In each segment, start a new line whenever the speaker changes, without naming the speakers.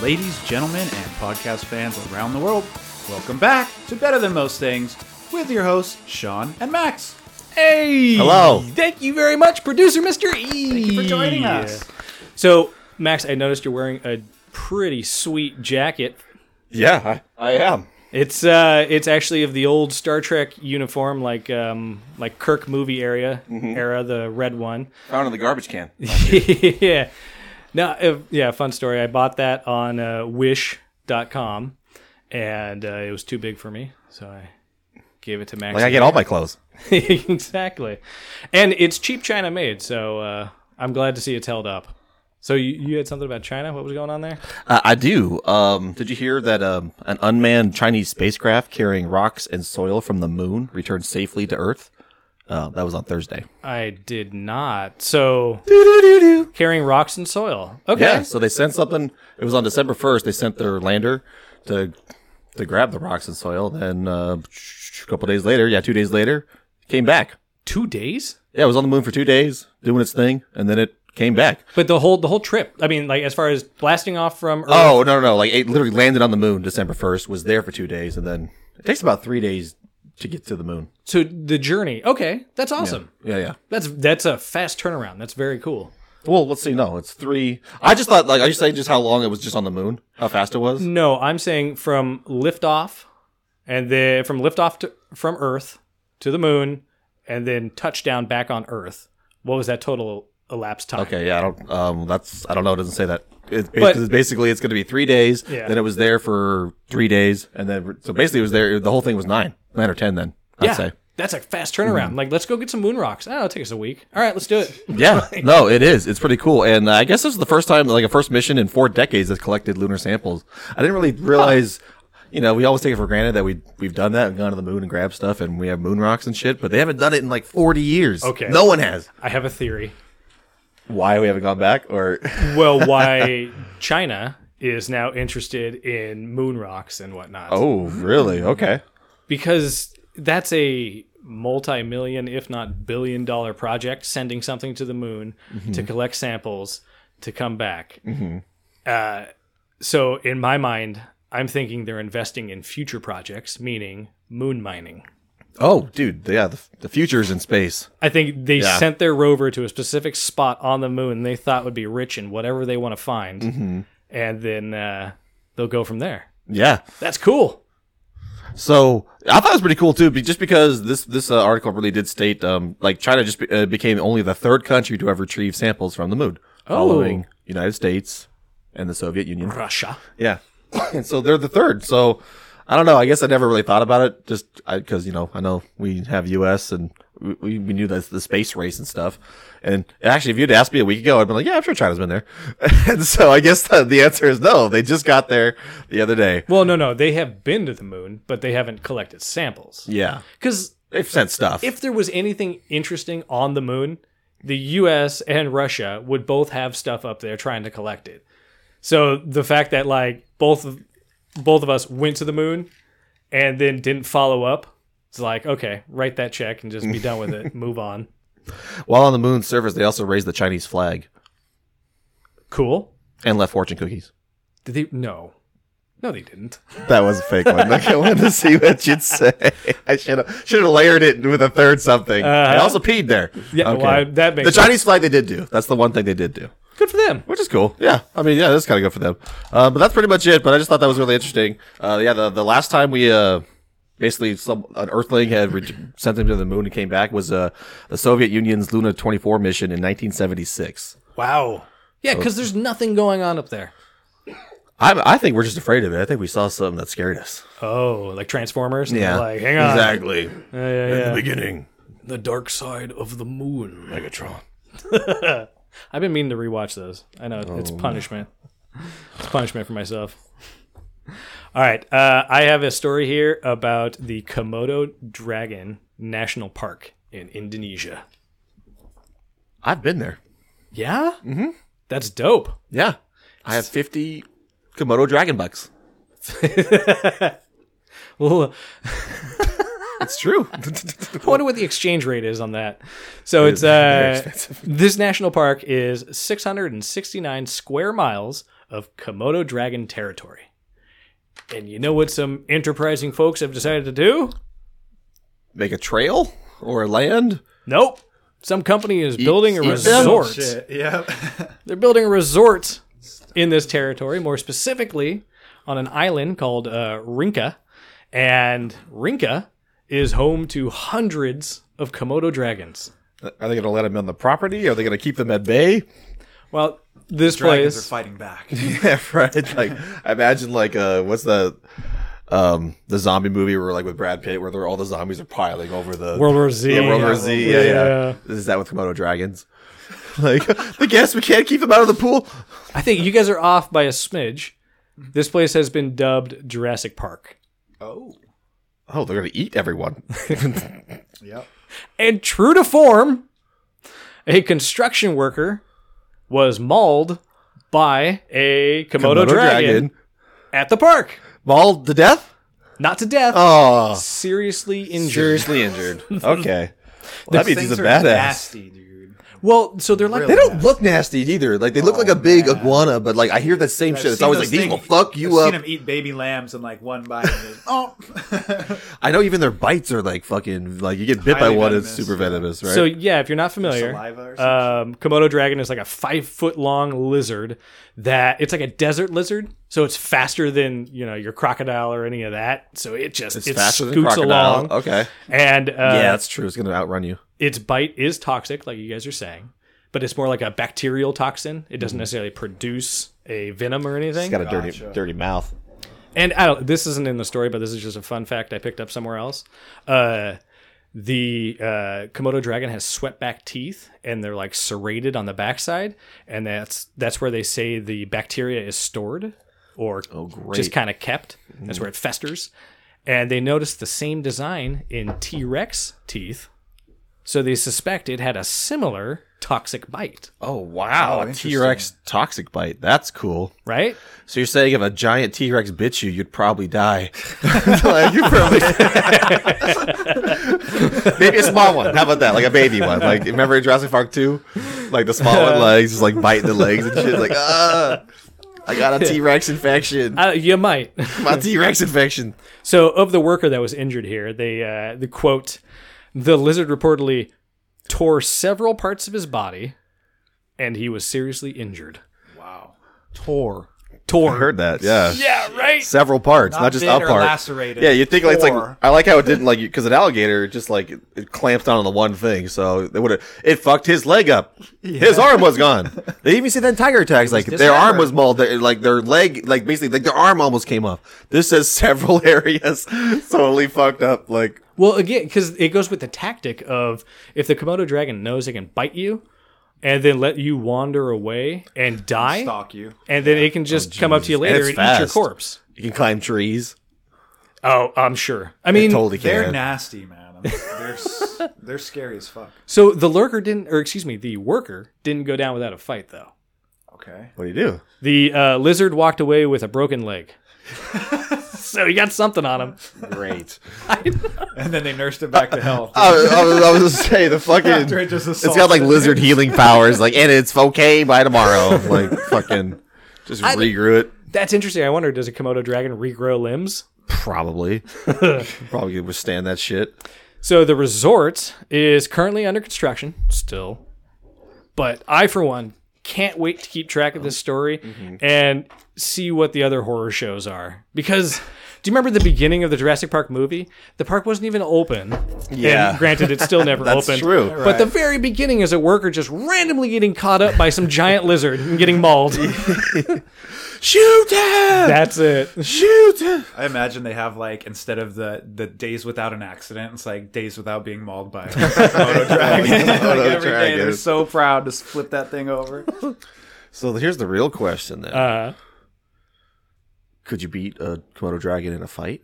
ladies, gentlemen, and podcast fans around the world. Welcome back to Better Than Most Things with your hosts, Sean and Max.
Hey!
Hello.
Thank you very much, producer Mr. E. Thank
you for joining us.
So, Max, I noticed you're wearing a pretty sweet jacket.
Yeah, I, I am.
It's uh, it's actually of the old Star Trek uniform, like um, like Kirk movie area
Mm-hmm.
era, the red one.
Found in the garbage can.
yeah. No, uh, yeah, fun story. I bought that on uh, wish.com and uh, it was too big for me, so I gave it to Max.
Like I get all my clothes.
exactly. And it's cheap China made, so uh, I'm glad to see it's held up. So you, you had something about China? What was going on there?
Uh, I do. Um, did you hear that um, an unmanned Chinese spacecraft carrying rocks and soil from the moon returned safely to Earth? Uh, that was on Thursday.
I did not. So carrying rocks and soil. Okay.
Yeah, so they sent something. It was on December first. They sent their lander to to grab the rocks and soil. Then uh, a couple days later, yeah, two days later, came back.
Two days?
Yeah, it was on the moon for two days doing its thing, and then it came back.
But the whole the whole trip. I mean, like as far as blasting off from Earth.
Oh no, no, no! Like it literally landed on the moon December first. Was there for two days, and then it takes about three days to get to the moon.
So the journey. Okay. That's awesome.
Yeah, yeah.
That's that's a fast turnaround. That's very cool.
Well, let's see. No, it's three. I just thought, like, I just say just how long it was just on the moon, how fast it was.
No, I'm saying from liftoff and then from liftoff to, from Earth to the moon and then touchdown back on Earth. What was that total elapsed time?
Okay, yeah, I don't. Um, that's I don't know. It doesn't say that. It, ba-
But-
'cause basically, it's going to be three days.
Yeah.
Then it was there for three days, and then so basically, it was there. The whole thing was nine, nine or ten. Then I'd
yeah.
say. Mm-hmm.
That's a fast turnaround. Like, let's go get some moon rocks. Oh, it'll take us a week. All right, let's do it.
Yeah, no, it is. It's pretty cool, and uh, I guess this is the first time, like a first mission in four decades, that's collected lunar samples. I didn't really realize, you know, we always take it for granted that we we've done that and gone to the moon and grabbed stuff, and we have moon rocks and shit, but they haven't done it in like forty years.
Okay.
no one has.
I have a theory.
Why we haven't gone back, or
Well, why China is now interested in moon rocks and whatnot.
oh, really? Okay.
Because that's a multi million, if not billion dollar project, sending something to the moon to collect samples to come back. Uh, so, in my mind, I'm thinking they're investing in future projects, meaning moon mining.
Oh, dude, yeah, the, the future's in space.
I think they
Yeah.
sent their rover to a specific spot on the moon they thought would be rich in whatever they want to find, and then uh, they'll go from there.
Yeah.
That's cool.
So I thought it was pretty cool too, be- just because this this uh, article really did state um, like China just be, uh, became only the third country to have retrieved samples from the moon, following United States and the Soviet Union.
Russia.
Yeah, and so they're the third. So I don't know. I guess I never really thought about it, just because you know I know we have U.S. and we- we, we knew that's the space race and stuff. And actually, if you'd asked me a week ago, I'd been like, "Yeah, I'm sure China's been there." and so I guess the, the answer is no. They just got there the other day.
Well, no, no, they have been to the moon, but they haven't collected samples.
Yeah,
Because
they've sent stuff.
if there was anything interesting on the moon, the U.S. and Russia would both have stuff up there trying to collect it. So the fact that like both of, both of us went to the moon and then didn't follow up, it's like okay, write that check and just be done with it, move on.
While on the moon's surface, they also raised the Chinese flag
Cool.
and left fortune cookies.
Did they? No, no, they didn't.
That was a fake one. Like, I wanted to see what you'd say. I should have should have layered it with a third something. I also peed there.
Uh-huh. Yeah, well, I- that makes
the Chinese flag they did do. That's the one thing they did do,
Good for them.
which is cool. Yeah, I mean, yeah, that's kind of good for them. Uh, but that's pretty much it. But I just thought that was really interesting. Uh, yeah, the, the last time we uh, basically some an Earthling had re- sent him to the moon and came back was uh, the Soviet Union's Luna 24 mission in 1976.
Wow. Yeah, because there's nothing going on up there.
I, I think we're just afraid of it. I think we saw something that scared us.
Oh, like Transformers. And
Yeah.
they're Like, hang on.
Exactly.
Yeah, yeah, yeah.
the beginning.
The Dark Side of the Moon.
Megatron.
I've been meaning to rewatch those. I know it's punishment. It's punishment for myself. All right, uh, I have a story here about the Komodo Dragon National Park in Indonesia.
I've been there.
Yeah, mm-hmm. that's dope.
Yeah. I have 50 Komodo dragon bucks.
Well,
It's true.
I wonder what the exchange rate is on that. So it's
very
uh, this national park is 669 square miles of Komodo dragon territory. And you know what some enterprising folks have decided to do?
Make a trail or land?
Nope. Some company is building a
eat them?
resort.
Shit. Yep.
They're building a resort in this territory, more specifically on an island called uh, Rinka. And Rinka is home to hundreds of Komodo dragons.
Are they going to let them on the property? Are they going to keep them at bay?
Well, this
Dragons are
place.
fighting back.
Yeah, right. Like I imagine like uh what's the um the zombie movie where like with Brad Pitt where they're all the zombies are piling over the
World War Z.
Yeah, World War Z, yeah, yeah.
Yeah.
Is that with Komodo dragons? Like the guests, we can't keep them out of the pool.
I think you guys are off by a smidge. This place has been dubbed Jurassic Park.
oh.
Oh, they're gonna eat everyone.
Yep.
And true to form, a construction worker was mauled by a Komodo, dragon, at the park.
mauled to death.
Not to death,
Oh,
seriously injured.
seriously injured. Okay, well, that means
Things
he's a
are
badass.
nasty, dude.
Well, so they're like
Really?
They don't look nasty either. Like they look like a big iguana, but like I hear that same shit. It's
seen
always like
those
these
things-
will fuck you
I've seen
up.
him eat baby lambs in like one bite. and then, oh,
I know even their bites are like fucking like you get bit by
Highly
one,
venomous,
it's super venomous, right?
So yeah, if you're not familiar,
saliva
Uh,
or
um, Komodo dragon is like a five foot long lizard that it's like a desert lizard, so it's faster than you know your crocodile or any of that. So it just it scoots along,
Okay.
and uh,
yeah, that's true. It's gonna outrun you.
its bite is toxic, like you guys are saying, but it's more like a bacterial toxin. It
Mm-hmm.
doesn't necessarily produce a venom or anything.
It's got a dirty, dirty mouth.
and I don't, this isn't in the story, but this is just a fun fact I picked up somewhere else. Uh, the uh, Komodo dragon has sweat back teeth, and they're like serrated on the backside, and that's that's where they say the bacteria is stored, or
great.
just kind of kept. That's where it festers, and they noticed the same design in T Rex teeth, so they suspect it had a similar toxic bite.
Oh wow, a
interesting.
T Rex toxic bite. That's cool.
Right?
So you're saying if a giant T Rex bit you, you'd probably die. like, you probably maybe a small one. How about that? Like a baby one. Like remember in Jurassic Park two, like the small one legs just like biting the legs and shit. Like ah, I got a T Rex infection.
Uh, you might.
My T Rex infection.
So, of the worker that was injured here, they uh, the quote: "The lizard reportedly tore several parts of his body, and he was seriously injured."
wow.
Tore,
I
tore.
heard that. Yeah.
Yeah, right.
Several parts, not,
Not
just
bit
a
or
part.
lacerated.
Yeah, you think like it's like
Or-
I like how it didn't like because an alligator just like it, it clamps down on the one thing, so it would have it fucked his leg up. His arm was gone. they even see that in tiger attacks like their arm
dismembered.
was mauled, their- like their leg, like basically like their arm almost came off. This says several areas totally fucked up. Like
Well, again, because it goes with the tactic of if the Komodo dragon knows it can bite you, and then let you wander away and die,
Stalk you.
and then it can just come up to you
Oh, And
later
it's
and, eat your
fast.
corpse.
you can climb trees.
Oh, I'm sure. I mean,
Totally
They're
can.
nasty, man. I'm, they're s- they're scary as fuck.
so the lurker didn't, or excuse me, the worker didn't go down without a fight, though.
Okay.
what do you do?
The uh, lizard walked away with a broken leg. so he got something on him.
Great.
And then they nursed it back to health.
I, was- I was, I was gonna say the fucking.
After it just
Uh, It's got like
assaulted.
lizard healing powers, like, and it's okay by tomorrow. Like, fucking, just regrew it.
That's interesting. I wonder, does a Komodo dragon regrow limbs?
Probably, probably could withstand that shit.
So the resort is currently under construction still. But I, for one, can't wait to keep track of this story
Mm-hmm.
and see what the other horror shows are. Because do you remember the beginning of the Jurassic Park movie? The park wasn't even open.
Yeah.
And granted, it's still never
That's
open.
true.
But the very beginning is a worker just randomly getting caught up by some giant lizard and getting mauled.
Shoot him!
That's it.
Shoot him!
I imagine they have like instead of the the days without an accident, it's like days without being mauled by a Komodo dragon. like
Komodo
every day
dragon.
they're so proud to flip that thing over.
So here's the real question then:
Uh,
Could you beat a Komodo dragon in a fight?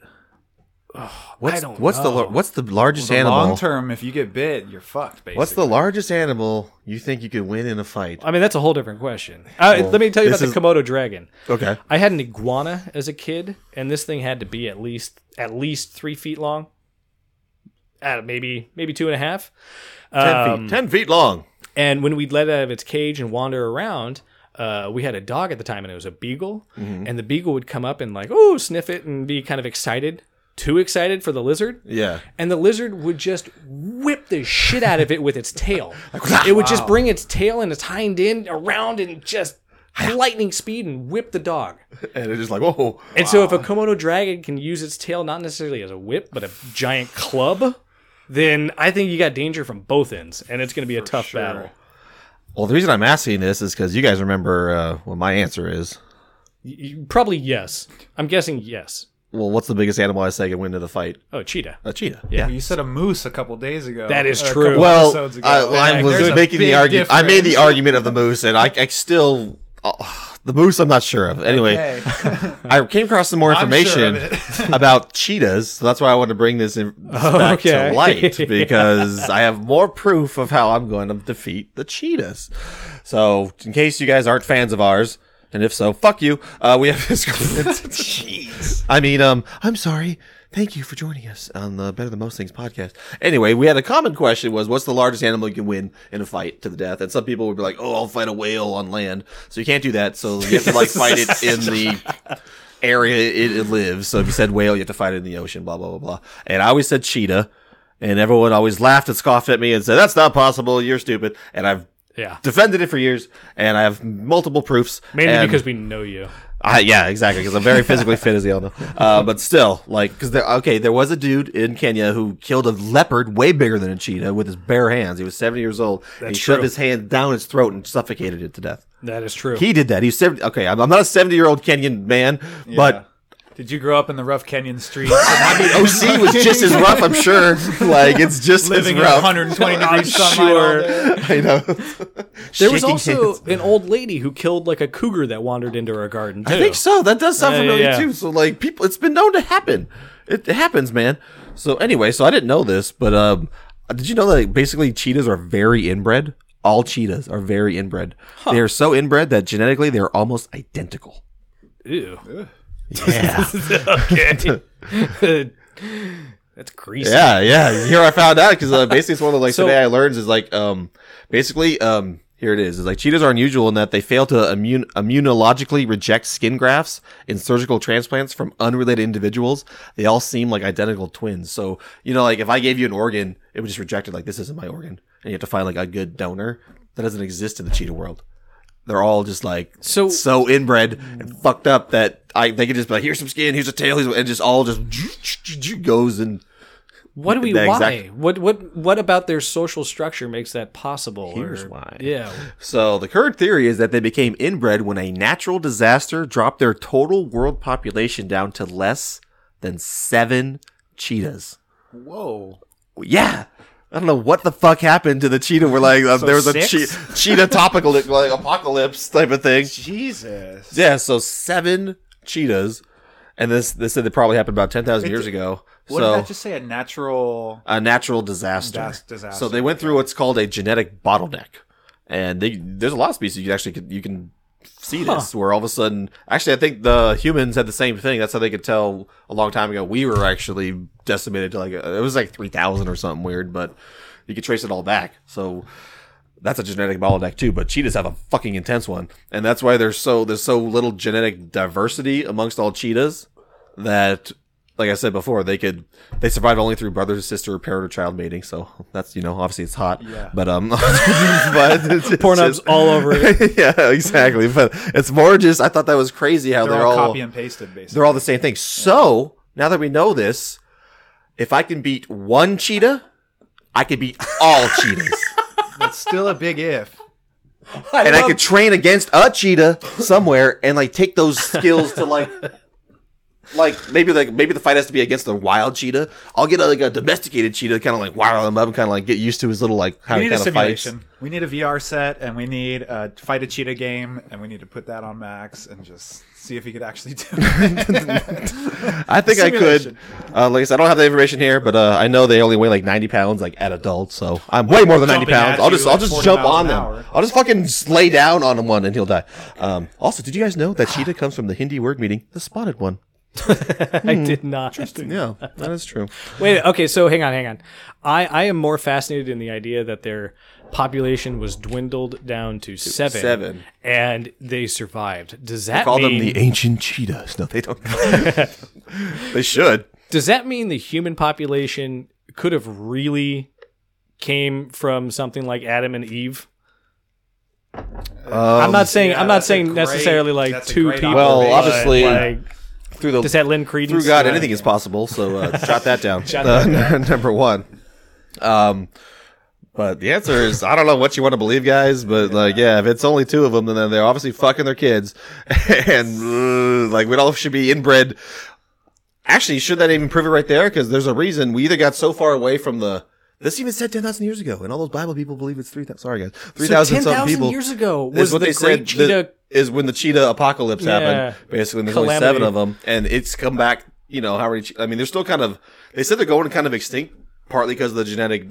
I
What's,
don't
what's the
know.
lar- what's the largest
Long
animal?
term, if you get bit, you're fucked. Basically,
What's the largest animal you think you could win in a fight?
I mean, that's a whole different question. Uh,
Well,
let me tell you about
this
the
is-
Komodo dragon.
Okay,
I had an iguana as a kid, and this thing had to be at least at least three feet long. Uh, maybe maybe two and a half. Um,
Um, ten feet, ten feet long.
And when we'd let it out of its cage and wander around, uh, we had a dog at the time and it was a beagle
Mm-hmm.
and the beagle would come up and like oh sniff it and be kind of excited too excited for the lizard
Yeah.
and the lizard would just whip the shit out of it with its tail it would just bring its tail and its hind end around and just lightning speed and whip the dog
And it's just like, whoa.
and so if a komodo dragon can use its tail not necessarily as a whip but a giant club then i think you got danger from both ends and it's going to be a tough battle
Well, the reason I'm asking this is because you guys remember uh, what my answer is.
Y- y- Probably yes. I'm guessing yes.
Well, what's the biggest animal I say can win to the fight?
Oh, cheetah.
A cheetah.
Yeah.
You said a moose a couple days ago.
That is
or a
true.
couple
Well,
episodes ago.
I, well, I
Like,
was
there's a
making the
big
argument. I made the
difference.
argument of the moose, and I, I still oh, the moose. I'm not sure of. Anyway,
Hey,
I came across some more
I'm sure
information
of
about cheetahs, so that's why I wanted to bring this in back
okay.
to light because I have more proof of how I'm going to defeat the cheetahs. So, in case you guys aren't fans of ours, and if so, fuck you. Uh, we have this. Jeez. I mean, um, I'm sorry. Thank you for joining us on the Better Than Most Things podcast. Anyway, we had a common question was, what's the largest animal you can win in a fight to the death? And some people would be like, oh, I'll fight a whale on land. So you can't do that. So you have to like fight it in the area it, it lives. So if you said whale, you have to fight it in the ocean, blah, blah, blah, blah. And I always said cheetah. And everyone always laughed and scoffed at me and said, that's not possible. You're stupid. And I've
Yeah.
defended it for years. And I have multiple proofs.
Mainly
and-
because we know you.
uh, yeah, exactly. Because I'm very physically fit, as y'all know. Uh, but still, like, because there, okay, there was a dude in Kenya who killed a leopard way bigger than a cheetah with his bare hands. He was 70 years old. and he shoved
true.
his hand down its throat and suffocated it to death.
That is true.
He did that. He's 70. Okay, I'm, I'm not a 70 year old Kenyan man, but
Did you grow up in the rough Kenyan streets? and
I mean, OC was just as rough, I'm sure. Like, it's just
living
as
in
rough.
120 degrees sunlight. All day?
I know.
there was
Shaking
also
hands.
an old lady who killed like a cougar that wandered into her garden. Too.
I think so. That does sound
Yeah, yeah,
familiar
yeah.
too. So like people, it's been known to happen. It, it happens, man. So anyway, so I didn't know this, but um, did you know that basically cheetahs are very inbred? All cheetahs are very inbred. They are so inbred that genetically they are almost identical.
Ew.
Yeah,
That's greasy.
yeah, yeah. Here I found out because uh, basically it's one of the, like
So-
today I learned is like um, basically um, here it is is like cheetahs are unusual in that they fail to immune immunologically reject skin grafts and surgical transplants from unrelated individuals. They all seem like identical twins. So you know, like if I gave you an organ, it would just reject it like this isn't my organ, and you have to find like a good donor that doesn't exist in the cheetah world. They're all just like
So-
so inbred and fucked up that I they could just be like here's some skin, here's a tail, here's and just all just goes and
What do we
That
why?
exact-
What what what about their social structure makes that possible?
Here's
or-
why.
Yeah.
So the current theory is that they became inbred when a natural disaster dropped their total world population down to less than seven cheetahs.
Whoa.
Yeah. I don't know what the fuck happened to the cheetah. We're like, uh, there was
six?
a che- cheetah topical like apocalypse type of thing.
Jesus.
Yeah, so seven cheetahs, and this they said it probably happened about ten thousand years ago.
What
so
did that just say? A natural.
a natural disaster.
Dis- disaster,
So they went through what's called a genetic bottleneck, and they, there's a lot of species you actually can, you can see this where all of a sudden actually I think the humans had the same thing. That's how they could tell a long time ago we were actually decimated to like it was like three thousand or something weird, but you could trace it all back. So that's a genetic bottleneck too, but cheetahs have a fucking intense one, and that's why there's so there's so little genetic diversity amongst all cheetahs that, like I said before, they could they survive only through brother, sister, or parent or child mating. So that's you know obviously it's hot,
Yeah.
but um, but it's, it's
Pornhub's
just-
all over it.
yeah, exactly. But it's more just I thought that was crazy how
They're,
they're,
all,
all
copy and pasted, basically.
they're all the same thing. So now that we know this, if I can beat one cheetah, I can beat all cheetahs.
That's still a big if.
and I could train against a cheetah somewhere and like take those skills to like like maybe like maybe the fight has to be against a wild cheetah. I'll get a, like a domesticated cheetah, kind of like wow him up and kind of like get used to his little like how
We
he
need a
kind of fights.
simulation. We need a VR set, and we need a fight a cheetah game, and we need to put that on Max and just see if he could actually do it. Uh,
I think
Simulation.
I could. Uh, like I said, I don't have the information here, but uh, I know they only weigh like ninety pounds, like at adults. So I'm way more than ninety
Jumping
pounds.
at
I'll
you
just
like
I'll just
40
jump
miles
on
an
them.
hour.
I'll just fucking lay down on one and he'll die. Um, also, did you guys know that cheetah comes from the Hindi word meaning the spotted one?
I did not.
Yeah, that is true.
Wait, okay, so hang on, hang on. I, I am more fascinated in the idea that they're population was dwindled down to seven.
seven.
And they survived. Does that
Call
mean
them the ancient cheetahs. No, they don't. they should.
does that mean the human population could have really came from something like Adam and Eve?
Um,
I'm not saying I'm not
that's a
saying
great-
necessarily like
that's a
two
great
people.
Well,
but,
obviously-
like,
Through the
does that lend credence?
through God,
to-
anything is possible. So uh, jot that down. Uh, number one. Um, but the answer is I don't know what you want to believe, guys. But like, yeah, if it's only two of them, then they're obviously fucking their kids, and uh, like we all should be inbred. Actually, should that even prove it right there? Because there's a reason we either got so far away from the. This even said ten thousand years ago, and all those Bible people believe it's three thousand. Sorry, guys, three
So
thousand
ten
something
thousand
people
years ago
is
was
what
the
they
great
said
cheetah.
that- is when the cheetah apocalypse
Yeah.
happened. Basically, when there's only
Calamity.
seven of them, and it's come back. You know how many? che- I mean, they're still kind of. They said they're going kind of extinct, partly because of the genetic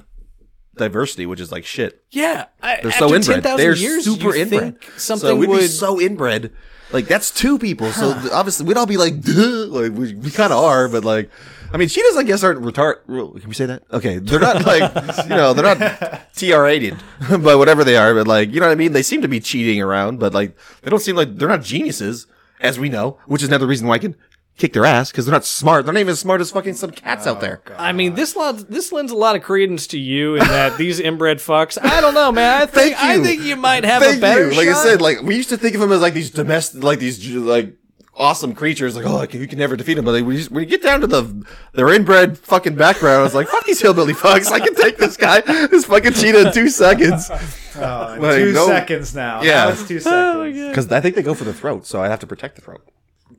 diversity, which is like shit.
yeah, I,
They're
after
so inbred.
10,000
they're
years,
super
you
inbred.
think Something
so we'd
would
be so inbred. Like that's two people. So th- obviously we'd all be like, Duh. like we, we kind of are, but like, I mean, cheetahs I guess aren't retard. Can we say that? Okay, they're not like you know they're not TR-rated, but whatever they are. But like you know what I mean? They seem to be cheating around, but like they don't seem like they're not geniuses as we know, which is another reason why I can kick their ass because they're not smart. They're not even as smart as fucking some cats
Oh,
out there.
I mean, this lot, this lends a lot of credence to you in that these inbred fucks. I don't know, man. I think
Thank you.
I think you might have
Thank
a better
you. Like
shot.
I said, like we used to think of them as like these domestic, like these ju- like awesome creatures. Like oh, like, you can never defeat them. But like, when, you, when you get down to the their inbred fucking background, I was like, fuck these hillbilly fucks. I can take this guy, this fucking cheetah, in two seconds.
Uh,
Like,
two
no-
seconds now.
Yeah.
Yeah, it's two
Oh,
seconds.
Because I think they go for the throat, so I have to protect the throat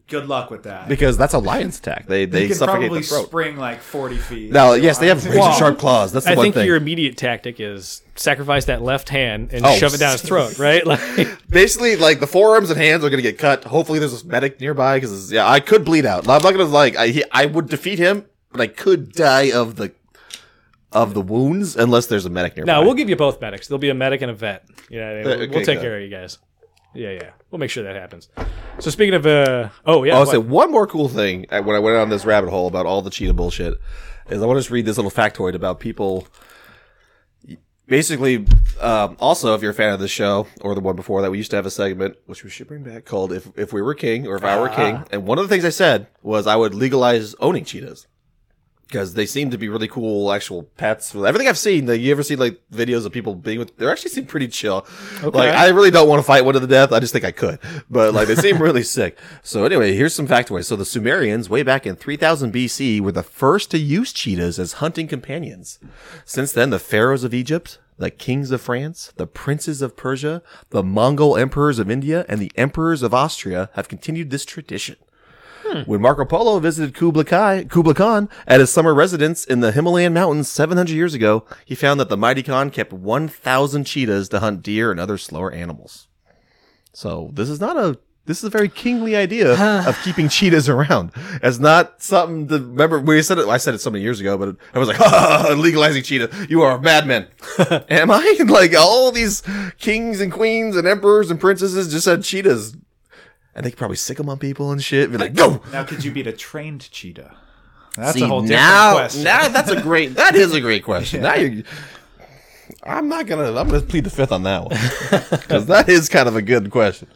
Good luck with that.
because that's a lion's attack. They they
you can
suffocate
probably
the throat.
spring like forty feet.
now, yes, they have razor
Well,
sharp claws. That's the
I
one
think
thing.
your immediate tactic is sacrifice that left hand and
Oh.
shove it down his throat, right? Like,
Basically, like the forearms and hands are gonna get cut. Hopefully, there's a medic nearby because yeah, I could bleed out. I'm not gonna like I he, I would defeat him, but I could die of the of the wounds unless there's a medic nearby.
no, we'll give you both medics. There'll be a medic and a vet. You know, what I mean? we'll,
Uh, okay,
we'll take
good.
care of you guys. Yeah, yeah. We'll make sure that happens. So speaking of, uh, oh yeah,
I'll
what?
say one more cool thing uh, when I went on this rabbit hole about all the cheetah bullshit is I want to just read this little factoid about people. Basically, um, also if you're a fan of the show or the one before that, we used to have a segment which we should bring back called "If If We Were King" or "If I Were King." And one of the things I said was I would legalize owning cheetahs because they seem to be really cool actual pets. Everything I've seen, like you ever seen like videos of people being with, they actually seem pretty chill. Like I really don't want to fight one to the death. I just think I could, but like they seem really sick. So anyway, here's some factoids. So the Sumerians, way back in 3000 BC, were the first to use cheetahs as hunting companions. Since then, the pharaohs of Egypt. The kings of France, the princes of Persia, the Mongol emperors of India, and the emperors of Austria have continued this tradition. When Marco Polo visited Kublai, Kai, Kublai Khan at his summer residence in the Himalayan mountains 700 years ago, he found that the mighty Khan kept 1,000 cheetahs to hunt deer and other slower animals. So this is not a this is a very kingly idea of keeping cheetahs around. It's not something to remember. We said it. I said it so many years ago, but I was like, "Ah, legalizing cheetah. You are a madman. Am I? Like all these kings and queens and emperors and princesses just had cheetahs, and they could probably sick them on people and shit. Be like, go.
Now, could you beat a trained cheetah? That's
See,
a whole different
now,
question.
now that's a great. That is a great question. Now you, I'm not gonna. I'm gonna plead the fifth on that one because that is kind of a good question.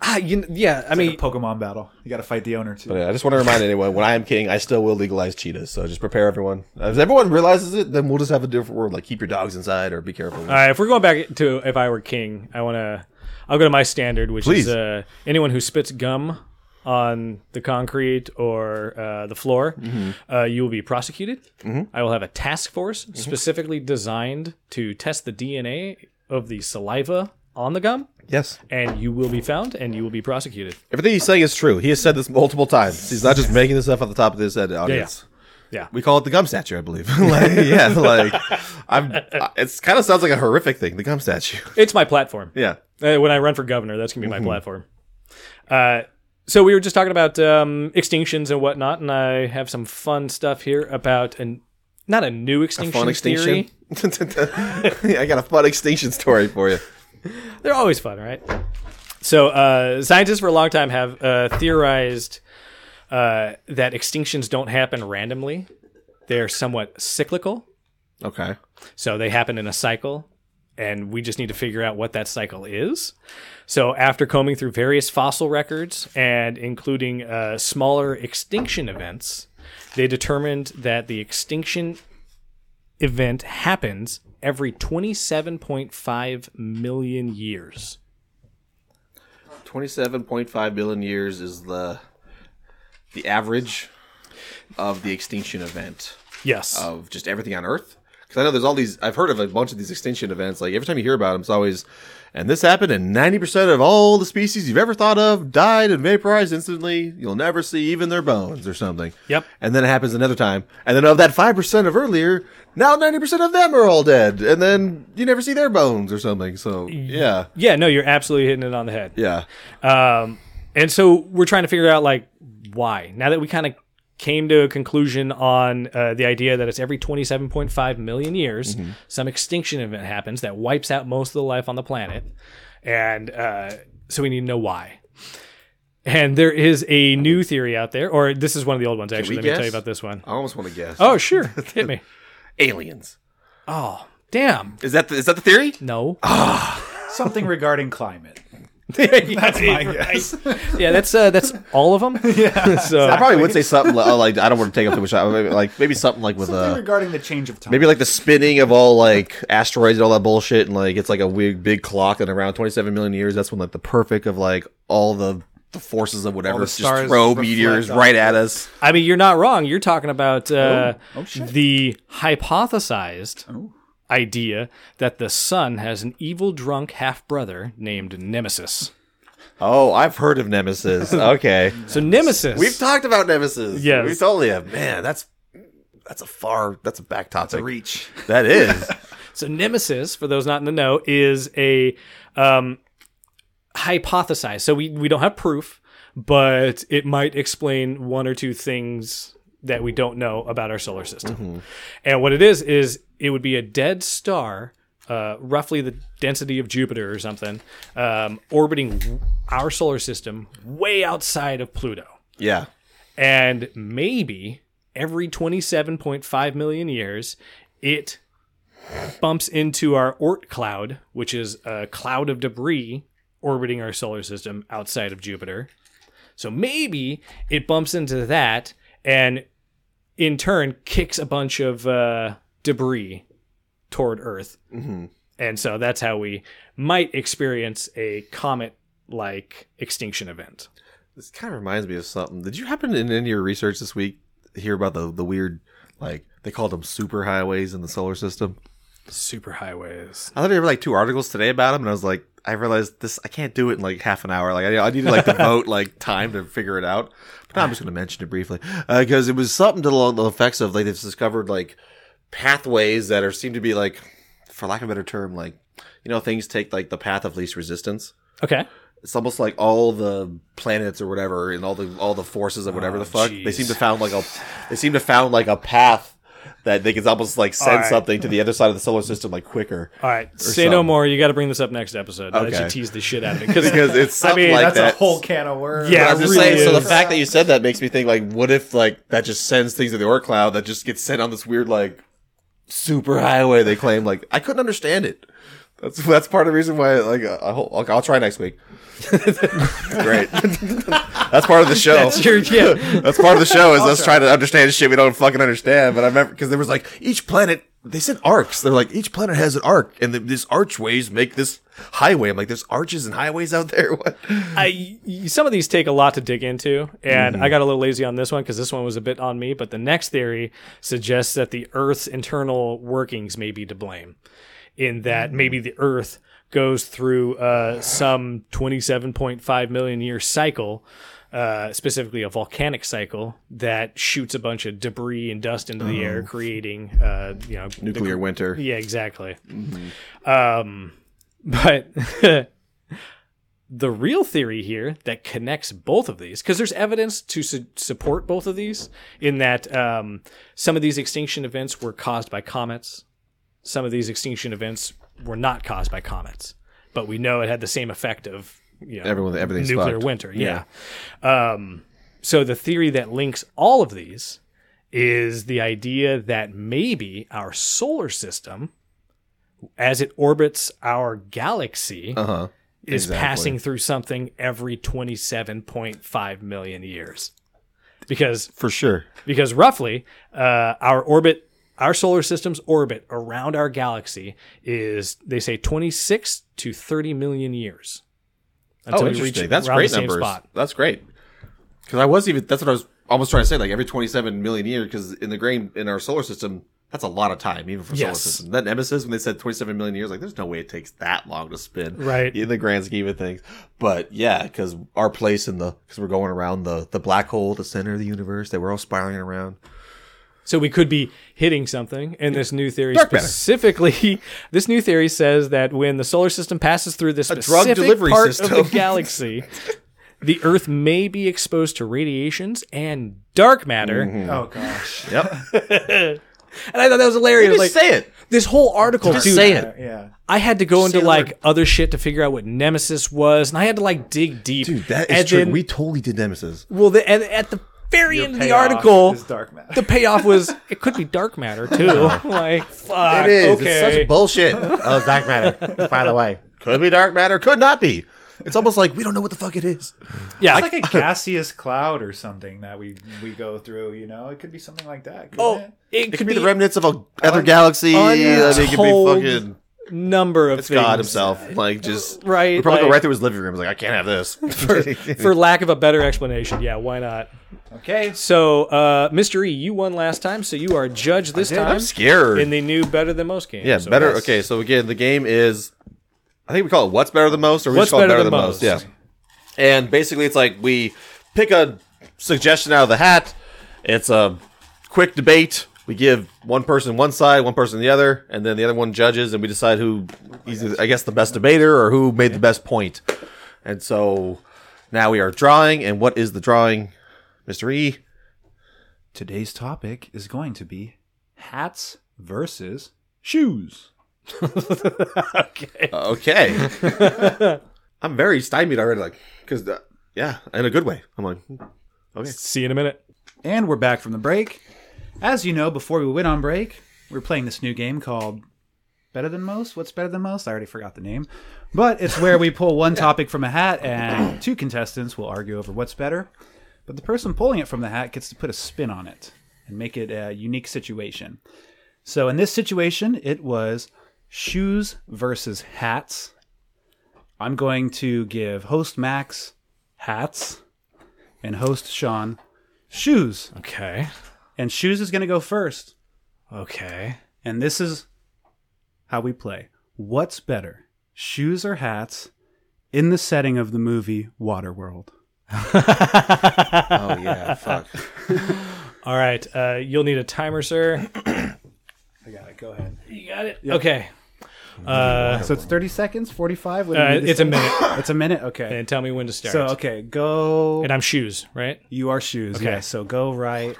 Ah, you, yeah. I mean,
Like a Pokemon battle. You got to fight the owner too.
But yeah, I just want to remind anyone: when I am king, I still will legalize cheetahs. So just prepare everyone. If everyone realizes it, then we'll just have a different word like keep your dogs inside or be careful.
Uh,
All right, if we're going back to if I were king, I want to. I'll go to my standard, which
Please.
is uh, anyone who spits gum on the concrete or uh, the floor, uh, you will be prosecuted. I will have a task force specifically designed to test the DNA of the saliva on the gum,
yes,
and you will be found and you will be prosecuted.
everything he's saying is true. He has said this multiple times. He's not just making this up off the top of his head. Audience.
Yeah.
We call it the gum statue, I believe. like, yeah, like I'm. It's kind of sounds like a horrific thing. The gum statue.
It's my platform.
Yeah.
Uh, when I run for governor, that's gonna be
Mm-hmm.
my platform. Uh, so we were just talking about um, extinctions and whatnot, and I have some fun stuff here about an not a new extinction,
fun
theory.
extinction. I got a fun extinction story for you.
They're always fun, right? So uh, scientists for a long time have uh, theorized uh, that extinctions don't happen randomly; they're somewhat cyclical.
Okay.
So they happen in a cycle, and we just need to figure out what that cycle is. So, after combing through various fossil records and including uh, smaller extinction events, they determined that the extinction event happens every 27.5 million years.
27.5 billion years is the the average of the extinction event
Yes.
of just everything on Earth. Because I know there's all these. I've heard of a bunch of these extinction events. Like every time you hear about them, it's always, and this happened, and 90% of all the species you've ever thought of died and vaporized instantly. You'll never see even their bones or something.
Yep.
And then it happens another time, and then of that 5% of earlier, now 90% of them are all dead, and then you never see their bones or something. So yeah,
yeah, no, you're absolutely hitting it on the head.
yeah.
Um, and so we're trying to figure out like why. Now that we kind of came to a conclusion on uh, the idea that it's every 27.5 million years, some extinction event happens that wipes out most of the life on the planet, and uh, so we need to know why. And there is a new theory out there, or this is one of the old ones actually.
we
Let me tell you
guess?
about this one.
I almost want to guess.
Oh, sure, hit me.
aliens.
Oh, damn,
Is that the, is that the theory?
no.
Something regarding climate.
that's
My guess.
Yeah, that's uh, that's all of them. Yeah, so
I probably would say something li- oh, like I don't want to take up too much time. Maybe, like maybe something like with
Something
uh,
regarding the change of time.
maybe like the spinning of all like asteroids and all that bullshit, and like it's like a weird big clock, and around twenty seven million years, that's when like the perfect of like all the the forces of whatever
the
just
stars
throw
reflect
meteors
off.
right at us.
I mean, you're not wrong. You're talking about uh,
Oh, oh, shit. Oh.
the hypothesized idea that the sun has an evil drunk half brother named Nemesis.
Oh, I've heard of Nemesis. Okay,
So Nemesis,
we've talked about Nemesis.
Yes.
we totally have. Man, that's that's a far that's a back topic.
reach.
That is.
so Nemesis, for those not in the know, is a um, hypothesized. So we we don't have proof, but it might explain one or two things that we don't know about our solar system. And what it is is it would be a dead star, uh, roughly the density of Jupiter or something, um, orbiting w- our solar system way outside of Pluto.
yeah.
And maybe every 27.5 million years, it bumps into our Oort cloud, which is a cloud of debris orbiting our solar system outside of Jupiter. So maybe it bumps into that and in turn kicks a bunch of uh, debris toward Earth. And so that's how we might experience a comet like extinction event.
This kind of reminds me of something. Did you happen in any of your research this week hear about the the weird like they called them superhighways in the solar system?
Superhighways.
I thought there were like two articles today about them, and I was like, I realized this I can't do it in like half an hour. Like I, I needed like the vote like time to figure it out. But I'm just going to mention it briefly because it was something to the, the effects of like they've discovered like pathways that are seem to be like, for lack of a better term, like you know things take like the path of least resistance
Okay.
it's almost like all the planets or whatever and all the all the forces of whatever the fuck they
Oh, jeez.
seem to found like a they seem to found like a path that they can almost like send
right.
something to the other side of the solar system like quicker
All right, say no
something.
more. You got to bring this up next episode. I
Okay.
should tease the shit out of it
because it's
I
something
mean,
like
That's
that.
a whole can of worms.
Yeah,
But
it
I'm just
really
saying. So the
is.
fact that you said that makes me think like, what if like that just sends things to the Oort cloud that just gets sent on this weird like super highway? They claim like I couldn't understand it. That's that's part of the reason why like uh, I- I'll, I'll, I'll try next week. Great. that's part of the show.
That's your- yeah.
That's part of the show is us trying to understand shit we don't fucking understand. But I remember because there was like each planet. They said arcs. They're like each planet has an arc, and the, these archways make this highway. I'm like, there's arches and highways out there. What?
I y- some of these take a lot to dig into, and
Mm-hmm.
I got a little lazy on this one because this one was a bit on me. But the next theory suggests that the Earth's internal workings may be to blame, in
Mm.
that maybe the Earth goes through uh, some 27.5 million year cycle, uh, specifically a volcanic cycle that shoots a bunch of debris and dust into the
Oh.
air, creating uh, you know the
Nuclear winter.
Yeah, exactly. Um, but the real theory here that connects both of these, because there's evidence to su- support both of these, in that um, some of these extinction events were caused by comets, some of these extinction events were not caused by comets, but we know it had the same effect of you know,
Everyone, everything's
nuclear
fucked.
winter. Yeah. Um, so the theory that links all of these is the idea that maybe our solar system as it orbits our galaxy,
Uh huh.
is
exactly.
passing through something every 27.5 million years. Because
For sure.
because roughly uh, our orbit our solar system's orbit around our galaxy is they say 26 to 30 million years until
oh,
we reach
interesting. That's
around
great
the same
numbers.
spot.
That's great. Because I was even that's what I was almost trying to say. Like every twenty-seven million years, because in the grain in our solar system, that's a lot of time even for solar
Yes.
system. That Nemesis when they said twenty-seven million years, like there's no way it takes that long to spin,
Right.
In the grand scheme of things, but yeah, because our place in the because we're going around the the black hole, the center of the universe that we're all spiraling around.
So we could be hitting something, and this new theory
Dark matter.
specifically, this new theory says that when the solar system passes through this
drug
specific
delivery
part
system.
of the galaxy, the Earth may be exposed to radiations and dark matter.
Mm-hmm.
Oh gosh.
Yep.
And I thought that was hilarious.
just
Like
say it.
this whole article, dude.
Uh, yeah.
I had to go into
the
like
word.
other shit to figure out what Nemesis was, and I had to like dig deep.
Dude, that is
and
true.
Then,
we totally did Nemesis.
well, the, and at the very end of the
Payoff
article,
is dark matter.
the payoff was it could be dark matter too. like fuck,
It is.
okay.
It's such bullshit. oh, dark matter. By the way, could be dark matter. Could not be. It's almost like we don't know what the fuck it is.
yeah,
It's like a gaseous cloud or something that we we go through. You know, it could be something like that. couldn't
Oh,
it?
it,
It could be, the remnants of a other galaxy. I mean, it
untold
could be fucking
number of things.
God himself. Like just
Right,
we'd probably go
like-
right through his living room. He's Like I can't have this.
For lack of a better explanation, yeah, why not?
Okay.
So, uh, Mystery, you won last time, so you are judge this time.
I'm scared.
In the new Better Than Most game.
yeah,
So
better.
that's-
Okay, so again, the game is. I think we call it "What's Better Than Most," or we
What's
just call it
Better
"Better Than,
Than
most.
Most?
Yeah, and basically, it's like we pick a suggestion out of the hat. It's a quick debate. We give one person one side, one person the other, and then the other one judges, and we decide who, is, I guess, the best debater or who made the best point. And so now we are drawing, and what is the drawing, Mister E?
Today's topic is going to be hats versus shoes.
Okay. I'm very stymied already, like, because, yeah, in a good way. I'm like,
See you in a minute.
And we're back from the break. As you know, before we went on break, we were playing this new game called Better Than Most. What's Better Than Most? I already forgot the name. But it's where we pull one topic from a hat and two contestants will argue over what's better. But the person pulling it from the hat gets to put a spin on it and make it a unique situation. So in this situation, it was shoes versus hats. I'm going to give host Max hats and host Sean shoes.
Okay.
And Shoes is going to go first.
Okay.
And this is how we play. What's better, shoes or hats, in the setting of the movie Waterworld?
oh, yeah, fuck.
All right. Uh, you'll need a timer, sir.
I got it. Go ahead.
You got it. Okay.
So it's 30 seconds, 45? What do you
Uh,
need to
it's a
say?
minute.
It's a minute? Okay.
And tell me when to start.
So, okay, go.
and I'm shoes, right?
You are shoes.
Okay.
Yeah, so go right.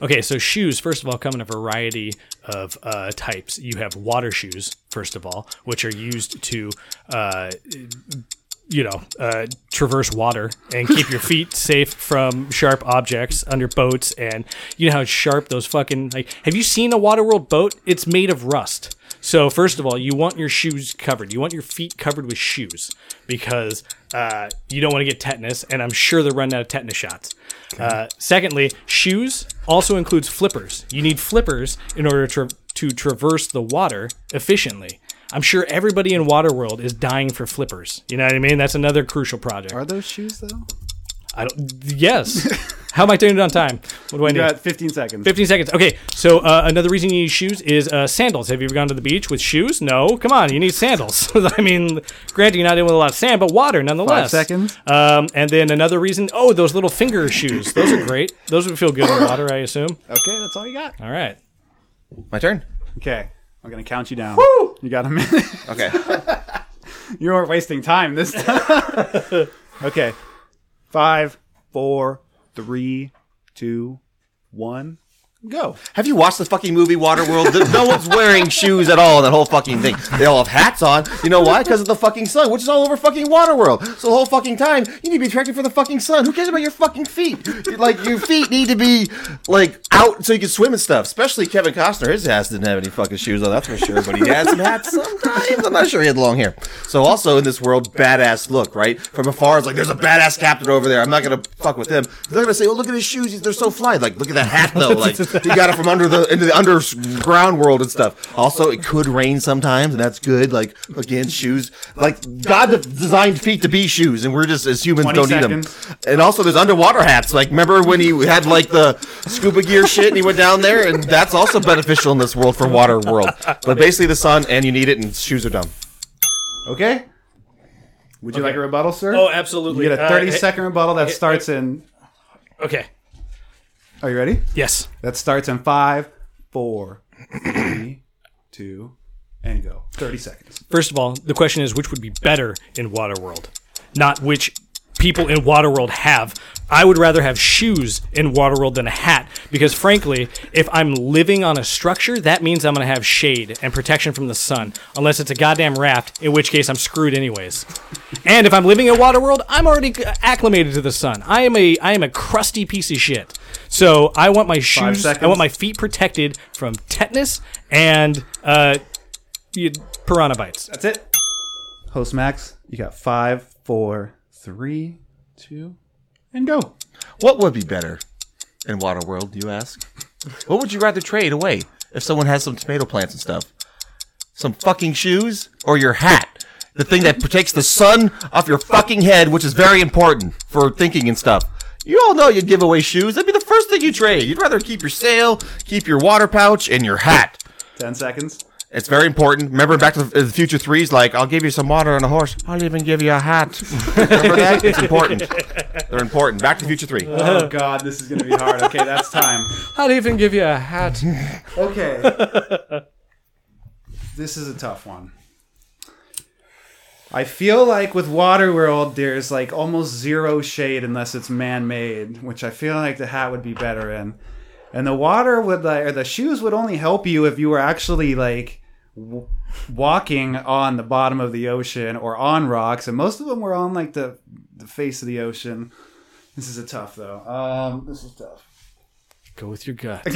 Okay, so shoes, first of all, come in a variety of uh, types. You have water shoes, first of all, which are used to, uh, you know, uh, traverse water and keep your feet safe from sharp objects under boats. And you know how sharp those fucking, like, have you seen a Waterworld boat? It's made of rust. So, first of all, you want your shoes covered. You want your feet covered with shoes because uh, you don't want to get tetanus, and I'm sure they're running out of tetanus shots. Uh, secondly, shoes also includes flippers. You need flippers in order to, to traverse the water efficiently. I'm sure everybody in Waterworld is dying for flippers. You know what I mean? That's another crucial project.
Are those shoes, though?
I don't, yes. How am I doing it on time? What do I need?
You got 15 seconds.
15 seconds. Okay, so uh, another reason you need shoes is uh, sandals. Have you ever gone to the beach with shoes? No. Come on, you need sandals. I mean, granted, you're not in with a lot of sand, but water nonetheless.
seconds.
Um, and then another reason oh, those little finger shoes. Those are great. Those would feel good in water, I assume.
Okay, that's all you got.
All right.
My turn.
Okay, I'm going to count you down. You got a minute.
Okay.
You weren't wasting time this time. okay. Five, four, three, two, one, Go.
Have you watched the fucking movie Waterworld? Th- no one's wearing shoes at all in that whole fucking thing. They all have hats on. You know why? Because of the fucking sun, which is all over fucking Waterworld. So the whole fucking time, you need to be attracted for the fucking sun. Who cares about your fucking feet? Like your feet need to be like out so you can swim and stuff. Especially Kevin Costner, his ass didn't have any fucking shoes on, that's for sure. But he had some hats sometimes. I'm not sure he had long hair. So also in this world, badass look, right? From afar, it's like there's a badass captain over there. I'm not gonna fuck with him. They're gonna say, oh look at his shoes. He's- They're so fly. Like look at that hat though. Like he got it from under the into the underground world and stuff. Also, it could rain sometimes, and that's good. Like again, shoes. Like God designed feet to be shoes, and we're just as humans don't
20
need them. And also, there's underwater hats. Like remember when he had like the scuba gear shit, and he went down there, and that's also beneficial in this world for water world. But basically, the sun, and you need it, and shoes are dumb.
Okay. Would you like a rebuttal, sir?
Oh, absolutely.
you get a
Uh,
thirty second
hey-
rebuttal that starts in.
Okay.
Are you ready?
Yes.
That starts in five, four, three, two, and go. Thirty seconds.
First of all, the question is which would be better in Waterworld, not which people in Waterworld have. I would rather have shoes in Waterworld than a hat because, frankly, if I'm living on a structure, that means I'm going to have shade and protection from the sun, unless it's a goddamn raft, in which case I'm screwed anyways. and if I'm living in Waterworld, I'm already acclimated to the sun. I am a I am a crusty piece of shit. So I want my shoes. I
seconds.
want my feet protected from tetanus and uh, you- piranha bites.
That's it. Host Max, you got five, four, three, two, and go.
What would be better in Waterworld, you ask? What would you rather trade away if someone has some tomato plants and stuff? Some fucking shoes or your hat? The thing that protects the sun off your fucking head, which is very important for thinking and stuff. You all know you'd give away shoes. That'd be the first thing you trade. You'd rather keep your sail, keep your water pouch, and your hat.
Ten seconds.
It's very important. Remember back to the, the future threes, like, I'll give you some water and a horse. I'll even give you a hat. Remember that? It's important. They're important. Back to future three.
Oh God, this is gonna be hard. Okay, that's time.
I'd even give you a hat.
Okay. this is a tough one. I feel like with Waterworld, there's like almost zero shade unless it's man-made, which I feel like the hat would be better in. And the water would like, or the shoes would only help you if you were actually like w- walking on the bottom of the ocean or on rocks, and most of them were on like the the face of the ocean. This is a tough though. Um, this is tough.
Go with your gut.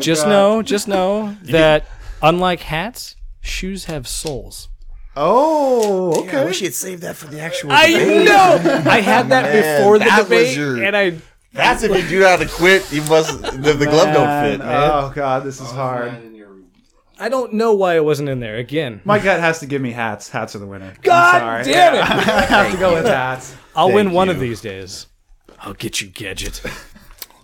just know, just know that unlike hats, shoes have souls.
Oh, okay.
wish you'd saved that for the actual.
I know. I had that
Man,
before the
that was
debate,
your-
and I
That's if you do know how to quit. You must. The, the glove don't fit,
And-
man.
Oh god, this is hard.
I don't know why it wasn't in there again.
My gut has to give me hats. Hats are the winner.
God
I'm sorry.
damn
Yeah,
it!
I have to go with hats.
I'll win
Thank
one
you.
of these days. I'll get you, gadget.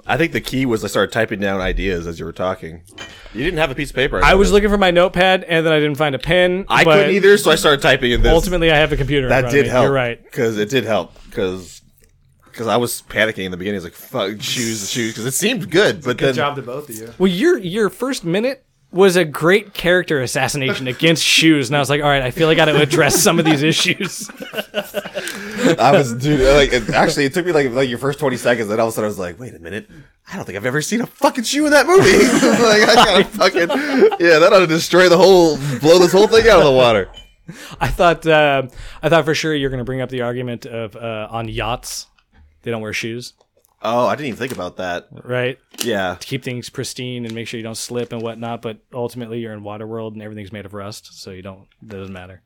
I think the key was I started typing down ideas as you were talking. You didn't have a piece of paper.
I was looking for my notepad, and then I didn't find a pen.
I
but
couldn't either, so I started typing in this.
Ultimately, I have a computer. in
that
front of
did
me.
help.
You're right.
because it did help because. Because I was panicking in the beginning, I was like, "Fuck, shoes, shoes," because it seemed good, but then
Good job to both of you.
Well, your your first minute was a great character assassination against shoes, and I was like, all right, I feel like I got to address some of these issues.
I was, dude. Like, it, actually, it took me like like your first twenty seconds, then all of a sudden I was like, "Wait a minute, I don't think I've ever seen a fucking shoe in that movie." like, I gotta fucking yeah, that ought to destroy the whole, blow this whole thing out of the water.
I thought uh, I thought for sure you're going to bring up the argument of uh, on yachts they don't wear shoes,
Oh, I didn't even think about that.
right?
Yeah.
Keep things pristine and make sure you don't slip and whatnot. But ultimately, you're in water world and everything's made of rust, so you don't. That doesn't matter.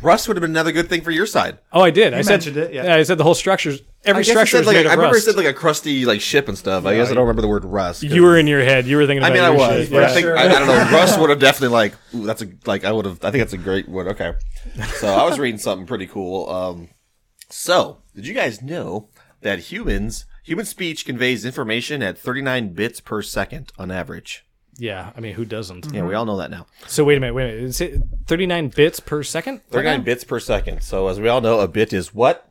Rust would have been another good thing for your side.
Oh, I did. I
mentioned
said,
it, yeah.
I said the whole structure's every
I, guess it
structure
said,
is
like,
made
I
of
remember it
rust.
said like a crusty like ship and stuff. I guess I don't remember the word rust. 'cause-
you were in your head. You were thinking.
I
About
mean, I
your
was,
shoes.
but
Yeah.
I think I, I don't know. Rust would have definitely like. Ooh, that's a like. I would have. I think that's a great word. Okay. So I was reading something pretty cool. Um, so did you guys know that humans human speech conveys information at 39 bits per second on average?
yeah, I mean, who doesn't?
Yeah, we all know that now.
So wait a minute. Wait a minute. Is it 39 bits per second?
39 bits per second. So as we all know, a bit is what?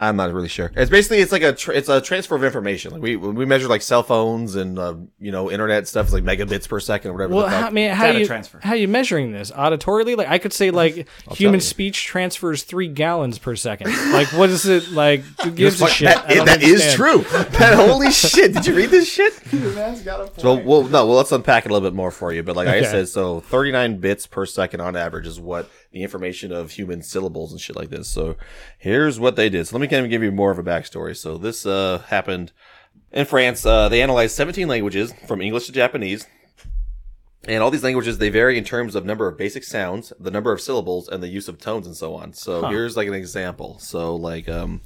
I'm not really sure. It's basically it's like a tr it's a transfer of information. Like we we measure like cell phones and uh, you know internet stuff. It's like megabits per second or whatever.
Well,
the fuck.
how, I mean, how
Data
you
transfer.
how you measuring this auditorily? Like, I could say like human
you.
speech transfers three gallons per second. Like, what is it like? Who gives a
Fuck,
shit?
That,
I don't
that is
understand.
true. That holy shit! Did you read this shit?
man's got a point.
So well, no. Well, let's unpack it a little bit more for you. But like
Okay.
I said, so 39 bits per second on average is what the information of human syllables and shit like this. So here's what they did. So let me kind of give you more of a backstory. So this uh, happened in France. Uh, they analyzed 17 languages from English to Japanese. And all these languages they vary in terms of number of basic sounds, the number of syllables, and the use of tones and so on. So here's like an example. So like um,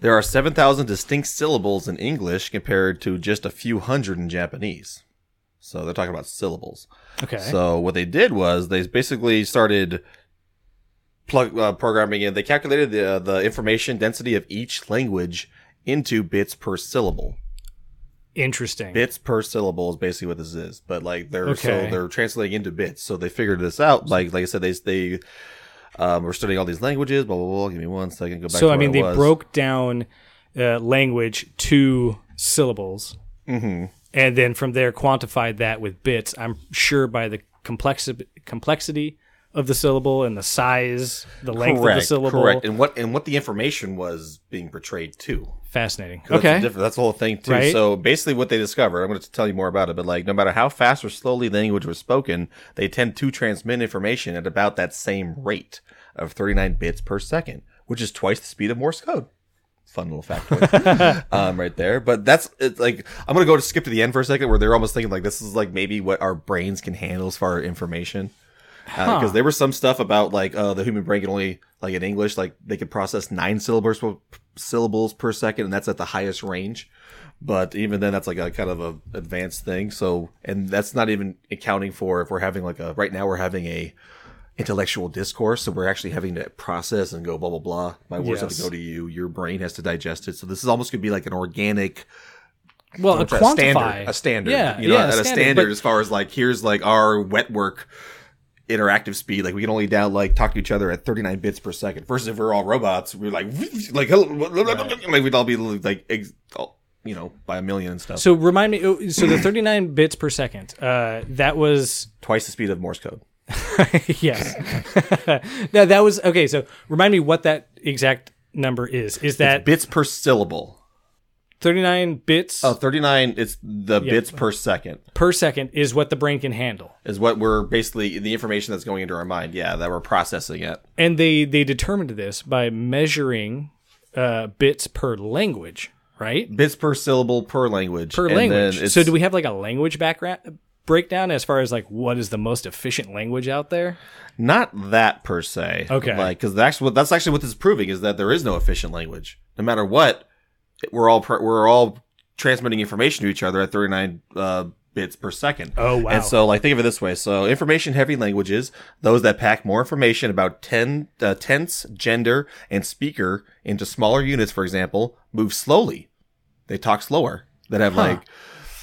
there are 7,000 distinct syllables in English compared to just a few hundred in Japanese. So they're talking about syllables.
Okay.
So what they did was they basically started plug, uh, programming in. They calculated the uh, the information density of each language into bits per syllable.
Interesting.
Bits per syllable is basically what this is, but like they're
Okay.
so they're translating into bits. So they figured this out. Like like I said, they they um, were studying all these languages. Blah blah blah. Give me one second. Go back. to
so I
where
mean,
it
they
was.
broke down uh, language to syllables,
Mm-hmm.
and then from there quantified that with bits. I'm sure by the complexi- complexity of the syllable and the size, the length of the syllable.
Correct. And what and what the information was being portrayed to.
Fascinating.
'Cause That's,
Okay.
the diff- that's the whole thing too.
Right.
So basically, what they discovered, I'm going to tell you more about it. But like, no matter how fast or slowly the language was spoken, they tend to transmit information at about that same rate of 39 bits per second, which is twice the speed of Morse code. Fun little factoid, um, right there. But that's it's like I'm going to go to skip to the end for a second, where they're almost thinking like this is like maybe what our brains can handle as far as information because Uh, there was some stuff about like uh, the human brain can only like in English like they could process nine syllables per, syllables per second, and that's at the highest range. But even then, that's like a kind of a advanced thing. So, and that's not even accounting for if we're having like a right now we're having a intellectual discourse, so we're actually having to process and go blah blah blah. My words have
Yes.
to go to you. Your brain has to digest it. So this is almost going to be like an organic
well, a
what's that,
quantify.
standard, a standard,
Yeah.
you know,
yeah,
at a standard,
but-
as far as like here's like our wet work interactive speed. Like we can only down like talk to each other at 39 bits per second. Versus if we're all robots, we're like like hello, like we'd all be like ex- all, you know by a million and stuff.
So remind me. oh, So the 39 bits per second. Uh, that was
Twice the speed of Morse code.
yes. now that was okay. So remind me what that exact number is. Is that
Bits per syllable.
39 bits
Oh, 39 it's the bits per second
per second is what the brain can handle,
is what we're basically the information that's going into our mind. Yeah, that we're processing it.
and they they determined this by measuring uh, bits per language, right?
Bits per syllable per language.
Per
and then
language.
it's-
So do we have like a language background breakdown as far as like what is the most efficient language out there?
Not that per se.
Okay.
Like, because that's what that's actually what this is proving is that there is no efficient language. No matter what, we're all pr- we're all transmitting information to each other at 39 uh, bits per second.
Oh, wow.
And so, like, think of it this way: so information heavy languages, those that pack more information about ten uh, tense, gender, and speaker into smaller units, for example, move slowly. They talk slower. That have like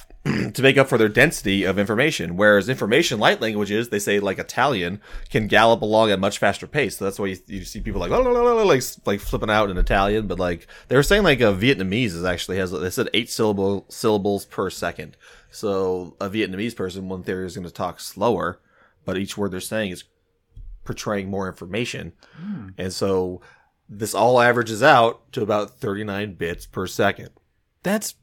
to make up for their density of information. Whereas information light languages, they say like Italian, can gallop along at much faster pace. So that's why you, you see people like "La, la, la, la, la," like like flipping out in Italian. But like they were saying, like a Vietnamese is actually has they said eight syllable syllables per second. So a Vietnamese person, one theory is going to talk slower, but each word they're saying is portraying more information, and so this all averages out to about thirty nine bits per second
That's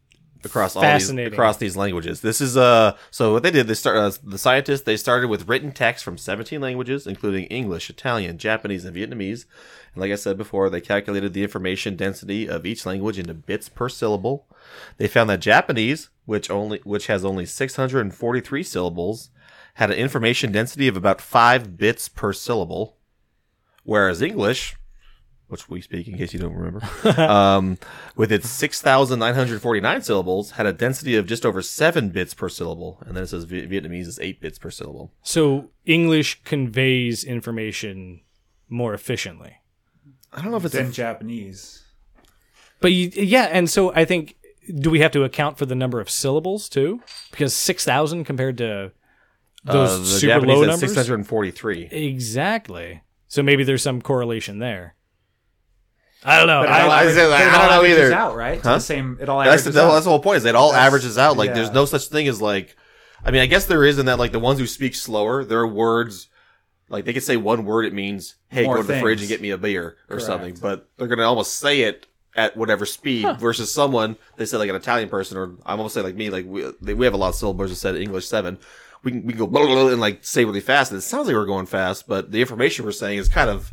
across all these,
Fascinating.
across these languages. This is uh so what they did they start uh, the scientists they started with written text from 17 languages including English, Italian, Japanese and Vietnamese. And like I said before, they calculated the information density of each language into bits per syllable. They found that Japanese, which only which has only 643 syllables, had an information density of about 5 bits per syllable, whereas English which we speak in case you don't remember, um, with its 6,949 syllables, had a density of just over seven bits per syllable. And then it says Vi- Vietnamese is eight bits per syllable.
so English conveys information more efficiently.
I don't know if it's.
Then Japanese.
But you, yeah, and so I think do we have to account for the number of syllables too? Because six thousand compared to those
uh, the
super
Japanese
low
has
numbers.
643.
Exactly. So maybe there's some correlation there. I don't know.
But it
I,
all
I was
aver-
saying, like,
but it
I
all
don't know
averages
either.
Out right? It's
Huh?
The same. It all
That's
averages
the, that's
out.
the whole point. Is it all
That's-
averages out? Like there's
yeah.
no such thing as like. I mean, I guess there is in that like the ones who speak slower, their words, like they could say one word, it means hey,
More
go to the fridge
things.
and get me a beer or
Correct.
something. But they're gonna almost say it at whatever speed versus someone they said like an Italian person or I'm almost saying like me, like we they, we have a lot of syllables that said English seven. We can, we can go blah, blah, blah, and like say really fast, and it sounds like we're going fast, but the information we're saying is kind of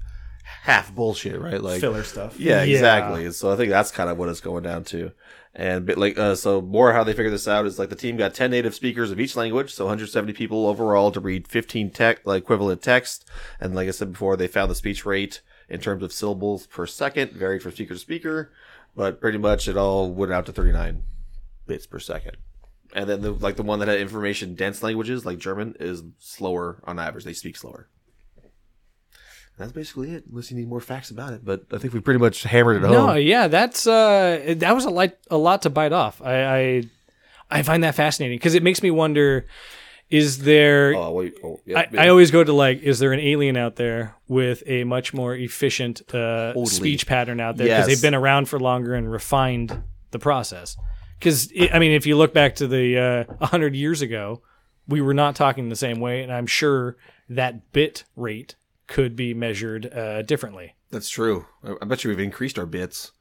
half bullshit, right? Like
filler stuff.
yeah,
Yeah.
exactly. And so I think that's kind of what it's going down to. And but like uh, so, more how they figure this out is like the team got ten native speakers of each language, so 170 people overall to read 15 tech like equivalent text. And like I said before, they found the speech rate in terms of syllables per second varied from speaker to speaker, but pretty much it all went out to 39 bits per second. And then the like the one that had information dense languages like German is slower on average; they speak slower. That's basically it, unless you need more facts about it. But I think we pretty much hammered it
no,
home.
yeah, that's uh, that was a lot, a lot to bite off. I, I, I find that fascinating because it makes me wonder: is there?
Oh wait, oh, yeah,
I, I always go to like, is there an alien out there with a much more efficient uh, speech pattern out there
Yes.
because they've been around for longer and refined the process? Because I mean, if you look back to the uh, hundred years ago, we were not talking the same way, and I'm sure that bit rate could be measured uh, differently.
that's true. I, I bet you we've increased our bits.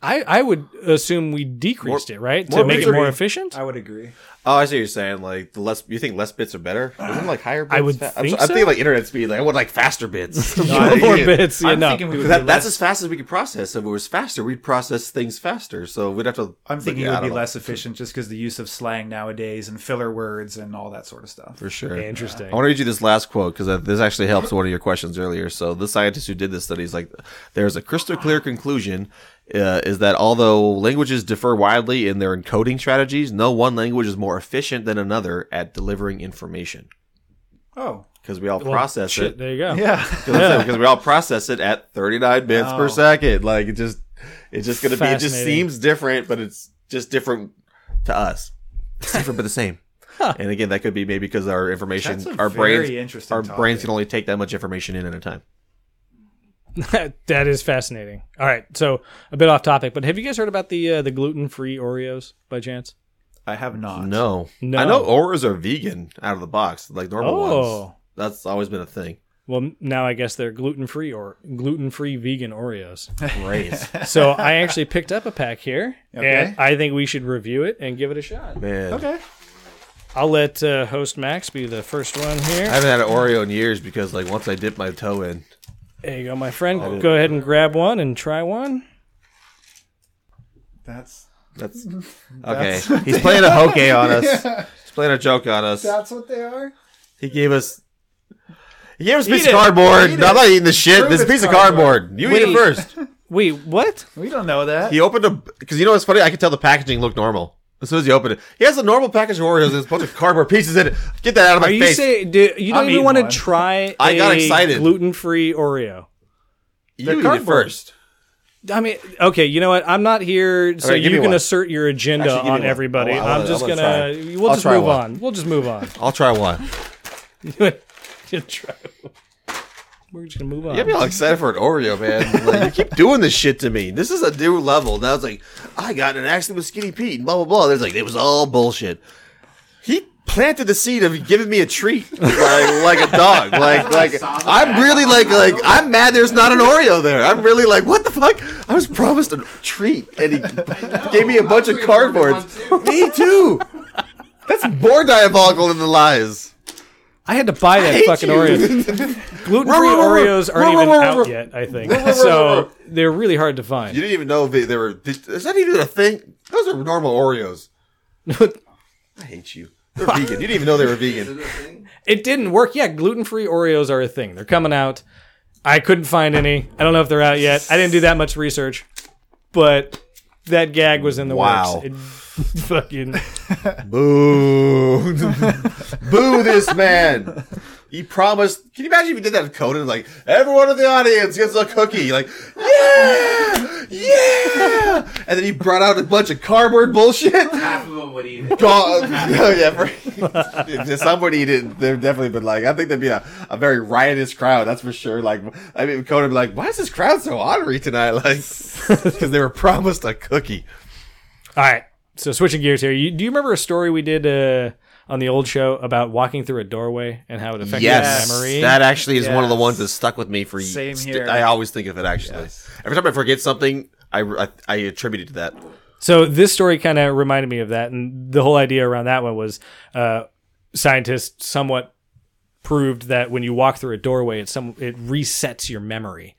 I, I would assume we decreased it, right?
more
to make it
misery.
more efficient?
I would agree.
Oh, I see what you're saying. Like the less you think less bits are better. Isn't like higher? bits
would
fa-
think
I'm, I'm
so.
thinking like internet speed. Like I want like faster bits.
more bits, yeah,
I'm
no.
thinking we would.
That,
be
that's
less,
as fast as we could process. If it was faster, we'd process things faster. So we'd have to.
I'm thinking it
yeah, I
would be
don't know.
less efficient just because the use of slang nowadays and filler words and all that sort of stuff.
for sure.
Interesting.
I want to read you this last quote because this actually helps one of your questions earlier. So, the scientist who did this study is like, there's a crystal clear conclusion uh, is that although languages differ widely in their encoding strategies, no one language is more efficient than another at delivering information
Oh,
because we all
Well,
process
shit,
it.
There you go.
yeah.
Because we all process it at 39 bits per
Oh.
second. Like, it just, it's just going to be, it just
Fascinating.
seems different, but it's just different to us. It's different, but the same. And again, that could be maybe because our information,
That's a
our
very
brains,
interesting
our
topic.
brains can only take that much information in at a time.
that is fascinating. All right, so a bit off topic, but have you guys heard about the uh, the gluten free Oreos by chance?
I have not.
No,
No.
I know Oreos are vegan out of the box, like normal
Oh.
ones. That's always been a thing.
Well, now I guess they're gluten free or gluten free vegan Oreos.
Great,
So I actually picked up a pack here,
Okay.
and I think we should review it and give it a shot.
man.
Okay.
I'll let uh, host Max be the first one
I
here.
haven't had an Oreo in years because, like, once I dip my toe in,
There you go, my friend. Go ahead and grab one and try one.
That's
that's okay. He's playing a hoke on us. He's playing a joke on us.
that's what they are.
He gave us. He gave us a piece
it.
of cardboard.
Eat
No,
it.
I'm not eating the shit.
Prove
This is a
it's
piece of
cardboard.
cardboard. You eat
Wait.
it first.
Wait, what?
We don't know that.
He opened a because you know what's funny? I could tell the packaging looked normal as soon as he opened it. He has a normal package of Oreos and there's a bunch of cardboard pieces in it. Get that out of my
Are you
face.
saying do, you
I'm
don't even
eating
want to
one.
try?
I got excited.
Gluten free Oreo.
you
They're
eat it
cardboard.
first.
I mean, okay, you know what? I'm not here so
Okay, give
you
me
can
one.
assert your agenda
Actually, give me
on
one.
everybody.
I'll- I'll-
I'm
I'll
just
let-
gonna.
I'll try.
We'll
I'll
just
try
move
one.
on. We'll just move on.
I'll try one.
Just try- We're just gonna move on.
You got me all excited for an Oreo, man. Like, you keep doing this shit to me. This is a new level. Now it's like I got in an accident with Skinny Pete and blah blah blah. There's like it was all bullshit. He planted the seed of giving me a treat like, like a dog. Like like I'm really like like I'm mad. There's not an Oreo there. I'm really like what the fuck? I was promised a treat and he gave me a bunch of cardboards. Me too. That's more diabolical than the lies.
I had to buy that
hate
fucking
you.
Oreo. Gluten free
Ruh, ruh, ruh,
Oreos
ruh,
aren't
ruh,
even
ruh,
out
ruh.
yet. I think
ruh, ruh,
so.
ruh.
They're really hard to
You
find.
didn't even know if they, they were. Did, is that even a thing? Those are normal Oreos. I hate you. They're vegan. You didn't even know they were vegan.
It didn't work. Yeah, gluten free Oreos are a thing. They're coming out. I couldn't find any. I don't know if they're out yet. I didn't do that much research, but that gag was in the
Wow.
works. It fucking.
Boo. Boo this man. He promised. Can you imagine if you did that with Conan? Like, everyone in the audience gets a cookie. Like, yeah, yeah, yeah. And then he brought out a bunch of cardboard bullshit.
Half of them would eat it.
Dog. oh, yeah, for, if somebody didn't. They've definitely been like, I think there'd be a, a very riotous crowd. That's for sure. Like, I mean, Conan would be like, why is this crowd so ornery tonight? Like, because they were promised a cookie.
All right. So switching gears here. You, do you remember a story we did uh, on the old show about walking through a doorway and how it affected
Yes,
your memory?
that actually is one of the
Yes.
ones that stuck with me for
Same
st-
here.
I always think of it actually. Every time I forget something, I, I, I attribute it to that.
So this story kind of reminded me of that, and the whole idea around that one was uh, scientists somewhat proved that when you walk through a doorway, it some it resets your memory,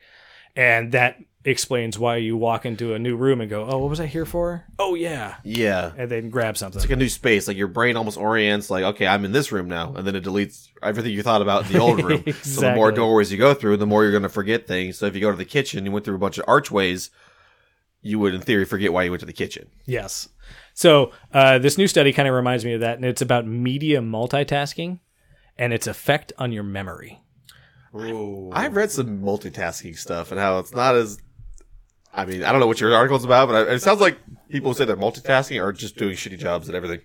and that explains why you walk into a new room and go, "Oh, what was I here for? Oh yeah,"
Yeah.
and then grab something.
Like a new space, like your brain almost orients, like, okay, I'm in this room now, and then it deletes everything you thought about in the old room. So the more
Exactly.
doorways you go through, the more you're going to forget things. So if you go to the kitchen, you went through a bunch of archways, you would, in theory, forget why you went to the kitchen.
Yes. So uh, this new study kind of reminds me of that, and it's about media multitasking and its effect on your memory.
I've read some multitasking stuff and how it's not as. I mean, I don't know what your article's about, but I- it sounds like people who say they're multitasking are just doing shitty jobs and everything.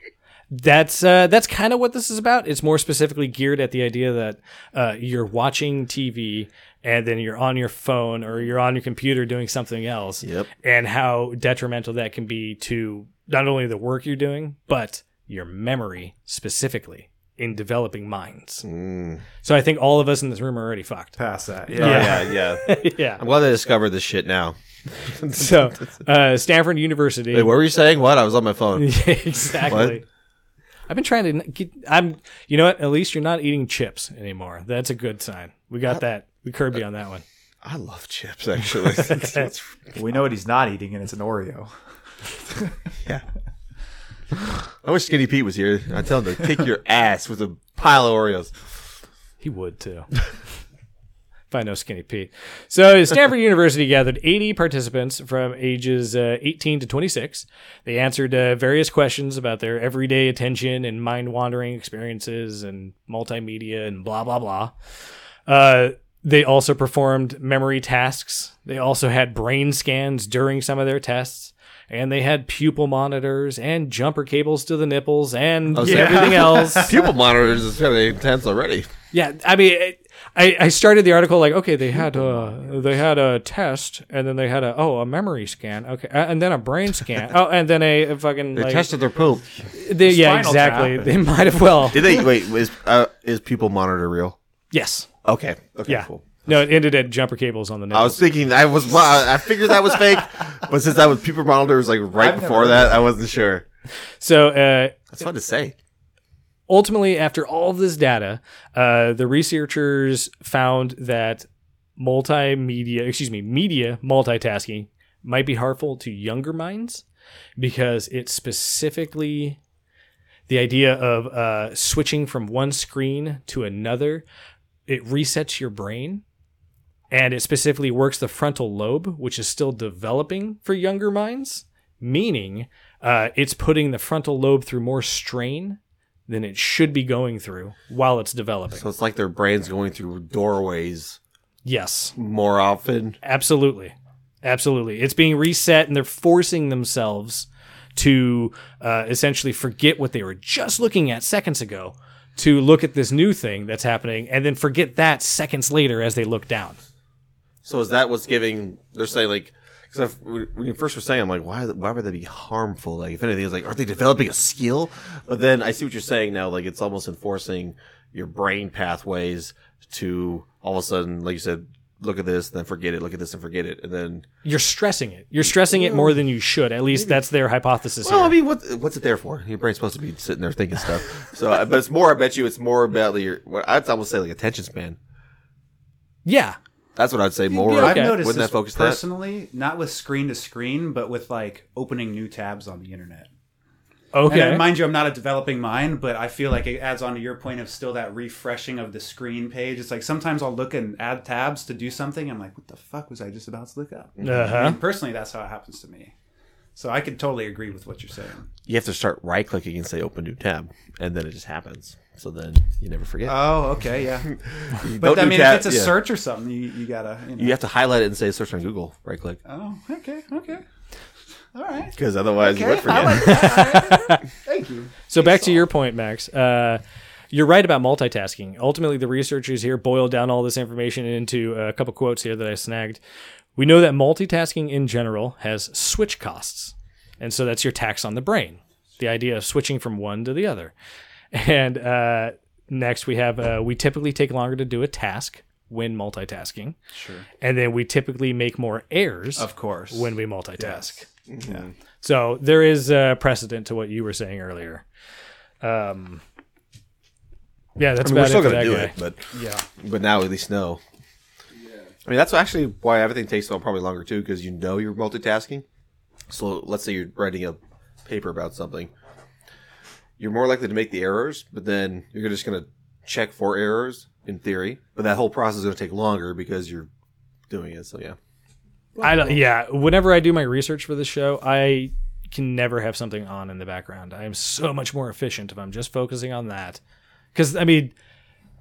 That's uh, that's kind of what this is about. It's more specifically geared at the idea that uh, you're watching TV and then you're on your phone or you're on your computer doing something else,
Yep.
and how detrimental that can be to not only the work you're doing but your memory specifically in developing minds.
Mm.
So I think all of us in this room are already fucked.
Past that.
Oh,
Yeah.
Yeah, yeah.
yeah.
I'm glad they discovered this shit now.
So uh, Stanford University.
Wait, what were you saying? What? I was on my phone.
exactly.
What?
I've been trying to n- get. I'm. You know what? At least you're not eating chips anymore. That's a good sign. We got that. We curbed you on that one.
I love chips, actually. It's-
We know what he's not eating, and it's an Oreo.
yeah. I wish Skinny Pete was here. I tell him to kick your ass with a pile of Oreos.
He would too. if I know Skinny Pete. So Stanford University gathered 80 participants from ages uh, 18 to 26. They answered uh, various questions about their everyday attention and mind wandering experiences and multimedia and blah blah blah. Uh, they also performed memory tasks. They also had brain scans during some of their tests. And they had pupil monitors and jumper cables to the nipples and
so-
everything else.
Pupil monitors is kind of intense already.
Yeah, I mean, it, I I started the article like, okay, they had a they had a test, and then they had a oh a memory scan, okay, uh, and then a brain scan, oh, and then a, a fucking like,
their poop.
they- yeah,
spinal
exactly. They might have well,
Did they? Wait, is uh, is pupil monitor real?
yes,
Okay. Okay.
yeah.
Cool.
No, it ended at jumper cables on the
I
nose.
was thinking I was. well, I I figured that was fake, but since that was pupil monitor was like right before that, I wasn't sure.
so uh,
That's fun to say.
ultimately, after all of this data, uh, the researchers found that multimedia, excuse me, media multitasking might be harmful to younger minds because it specifically the idea of uh, switching from one screen to another it resets your brain and it specifically works the frontal lobe which is still developing for younger minds meaning uh, it's putting the frontal lobe through more strain than it should be going through while it's developing
So it's like their brains going through doorways
yes
more often.
Absolutely. Absolutely. It's being reset and they're forcing themselves to uh, essentially forget what they were just looking at seconds ago to look at this new thing that's happening and then forget that seconds later as they look down.
So is that what's giving? They're saying like, because when you first were saying, I'm like, why? Why would that be harmful? Like, if anything, it's like, are they developing a skill? But then I see what you're saying now. Like, it's almost enforcing your brain pathways to all of a sudden, like you said, look at this, then forget it. Look at this and forget it, and then.
You're stressing it. You're stressing it more than you should. At least that's their hypothesis
Well, I
here.
mean, what, what's it there for? Your brain's supposed to be sitting there thinking stuff. So, I- but it's more. I bet you it's more about your. What I'd almost say like attention span.
Yeah.
That's what I'd say more.
Yeah,
I've
Okay.
noticed
Wouldn't
this
that focus that?
personally, not with screen to screen, but with like opening new tabs on the internet. And
Okay.
then, mind you, I'm not a developing mind, but I feel like it adds on to your point of still that refreshing of the screen page. It's like sometimes I'll look and add tabs to do something. I'm like, what the fuck was I just about to look up?
uh huh.
And personally, that's how it happens to me. So I can totally agree with what you're saying.
You have to start right clicking and say open new tab, and then it just happens. So then you never forget.
Oh, okay, yeah.
You
But
don't
I
do
mean,
tab-
if it's a
yeah.
search or something, you, you gotta. You know.
you have to highlight it and say search on Google, right click,
Oh, okay, okay, all right.
because otherwise you would
I
forget.
like that. Thank you.
So back to your point, Max. Uh, you're right about multitasking. Ultimately, the researchers here boiled down all this information into a couple quotes here that I snagged. We know that multitasking in general has switch costs, and so that's your tax on the brain. The idea of switching from one to the other. And uh, next, we have uh, we typically take longer to do a task when multitasking. Sure. And then we typically make more errors
Of course.
when we multitask. So there is uh, precedent to what you were saying earlier. Um, yeah, that's
I mean, we're
about
still
it for
gonna
that
do
guy.
it, but
yeah.
but now at least know. I mean, that's actually why everything takes so probably longer too, because you know you're multitasking. So let's say you're writing a paper about something, you're more likely to make the errors, but then you're just going to check for errors in theory. But that whole process is going to take longer because you're doing it. So yeah,
I don't, yeah, whenever I do my research for the show, I can never have something on in the background. I am so much more efficient if I'm just focusing on that. Because I mean,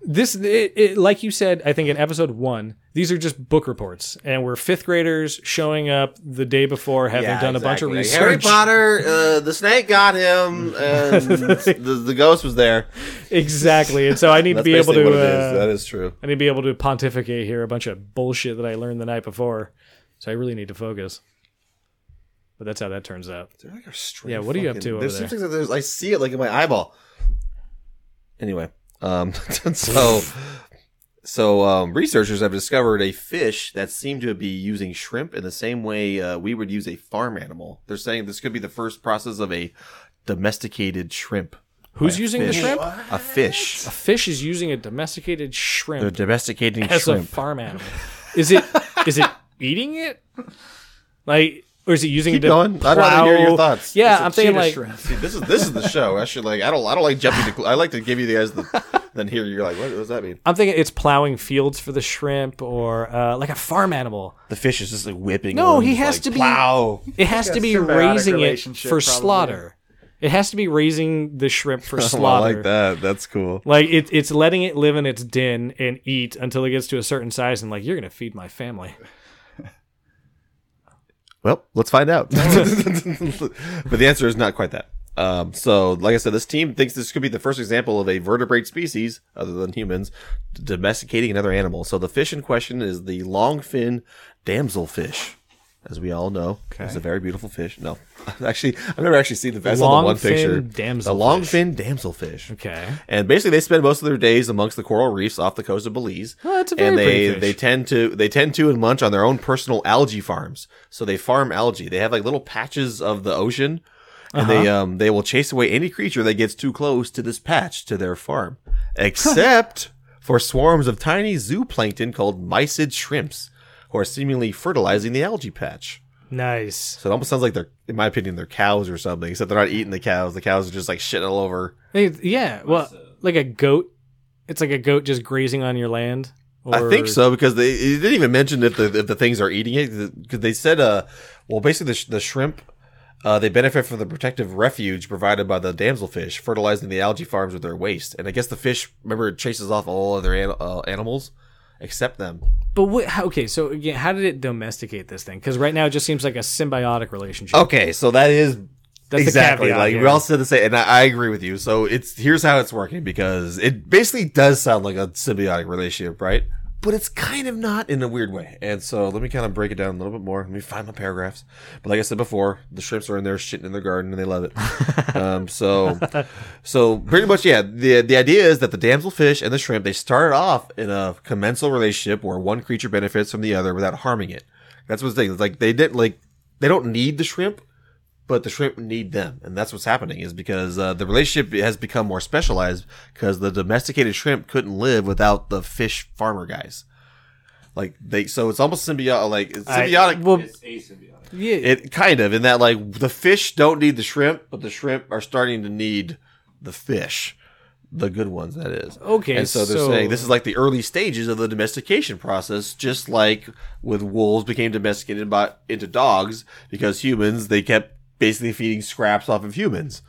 this it, it, like you said, I think in episode one, these are just book reports, and we're fifth graders showing up the day before, having done a bunch of research.
Harry Potter, uh, the snake got him, and the, the ghost was there.
exactly, and so I need to
That's
be able
basically
to.
what it is.
uh,
that is true.
I need to be able to pontificate here a bunch of bullshit that I learned the night before. So I really need to focus. But that's how that turns out. Yeah, what are you up to over
there's
there?
something that there's, I see it like in my eyeball. Anyway, um, so so um, researchers have discovered a fish that seemed to be using shrimp in the same way uh, we would use a farm animal. They're saying this could be the first process of a domesticated shrimp.
Who's using the shrimp?
A fish.
A fish is using a domesticated shrimp
They're domesticating
as a
shrimp.
farm animal. Is it is it eating it? Like or is it using
Keep
it to
going. I'd rather hear your
plow-
thoughts.
Yeah,
It's a
I'm thinking
Cheetah
like
shrimp.
See, this is this is the show. I should like I don't I don't like jumping. To, cl- I like to give you the guys the then here you're like what does that mean?
I'm thinking it's plowing fields for the shrimp or uh, like a farm animal.
The fish is just like whipping.
No, he has to be
Wow.
It has
Like
to
a
be
symbiotic
raising it for
relationship, probably.
slaughter. It has to be raising the shrimp for
Oh, I
slaughter.
like that. That's cool.
Like it, it's letting it live in its den and eat until it gets to a certain size, and like you're gonna feed my family.
Well, let's find out. but the answer is not quite that. Um, so, like I said, this team thinks this could be the first example of a vertebrate species, other than humans, domesticating another animal. So, the fish in question is the longfin damselfish, as we all know. It's a very beautiful fish. No, actually, I've never actually seen the. I saw the one
Longfin
picture. The
damselfish.
longfin damselfish.
Okay.
And basically, they spend most of their days amongst the coral reefs off the coast of Belize.
Well, that's a very
and they
pretty fish.
they tend to they tend to and munch on their own personal algae farms. So they farm algae. They have like little patches of the ocean, and they
Uh-huh.
um they will chase away any creature that gets too close to this patch to their farm, except for swarms of tiny zooplankton called mysid shrimps, who are seemingly fertilizing the algae patch.
Nice.
So it almost sounds like they're, in my opinion, they're cows or something. Except they're not eating the cows. The cows are just like shitting all over.
Hey, yeah. Well, like a goat. It's like a goat just grazing on your land.
I
or-
think so because they it didn't even mention if the if the things are eating it because they said uh well basically the, sh- the shrimp uh, they benefit from the protective refuge provided by the damselfish fertilizing the algae farms with their waste and I guess the fish remember it chases off all other an- uh, animals except them
But what? how- Okay. So again, how did it domesticate this thing? Because right now it just seems like a symbiotic relationship.
okay so that is
That's the
exactly
caveat,
like
yeah.
we all said the same and I, I agree with you so it's here's how it's working because it basically does sound like a symbiotic relationship right but it's kind of not in a weird way and so let me kind of break it down a little bit more let me find my paragraphs but like i said before the shrimps are in there shitting in their garden and they love it um, so so pretty much yeah the the idea is that the damselfish and the shrimp they started off in a commensal relationship where one creature benefits from the other without harming it that's what's the thing it's like they didn't like they don't need the shrimp but the shrimp need them and that's what's happening is because uh, the relationship has become more specialized because the domesticated shrimp couldn't live without the fish farmer guys like they so it's almost symbiotic like it's
I-
symbiotic
well, yeah.
it kind of in that like the fish don't need the shrimp but the shrimp are starting to need the fish the good ones that is
Okay,
and so they're
so-
saying this is like the early stages of the domestication process just like with wolves became domesticated by into dogs because humans they kept basically feeding scraps off of humans.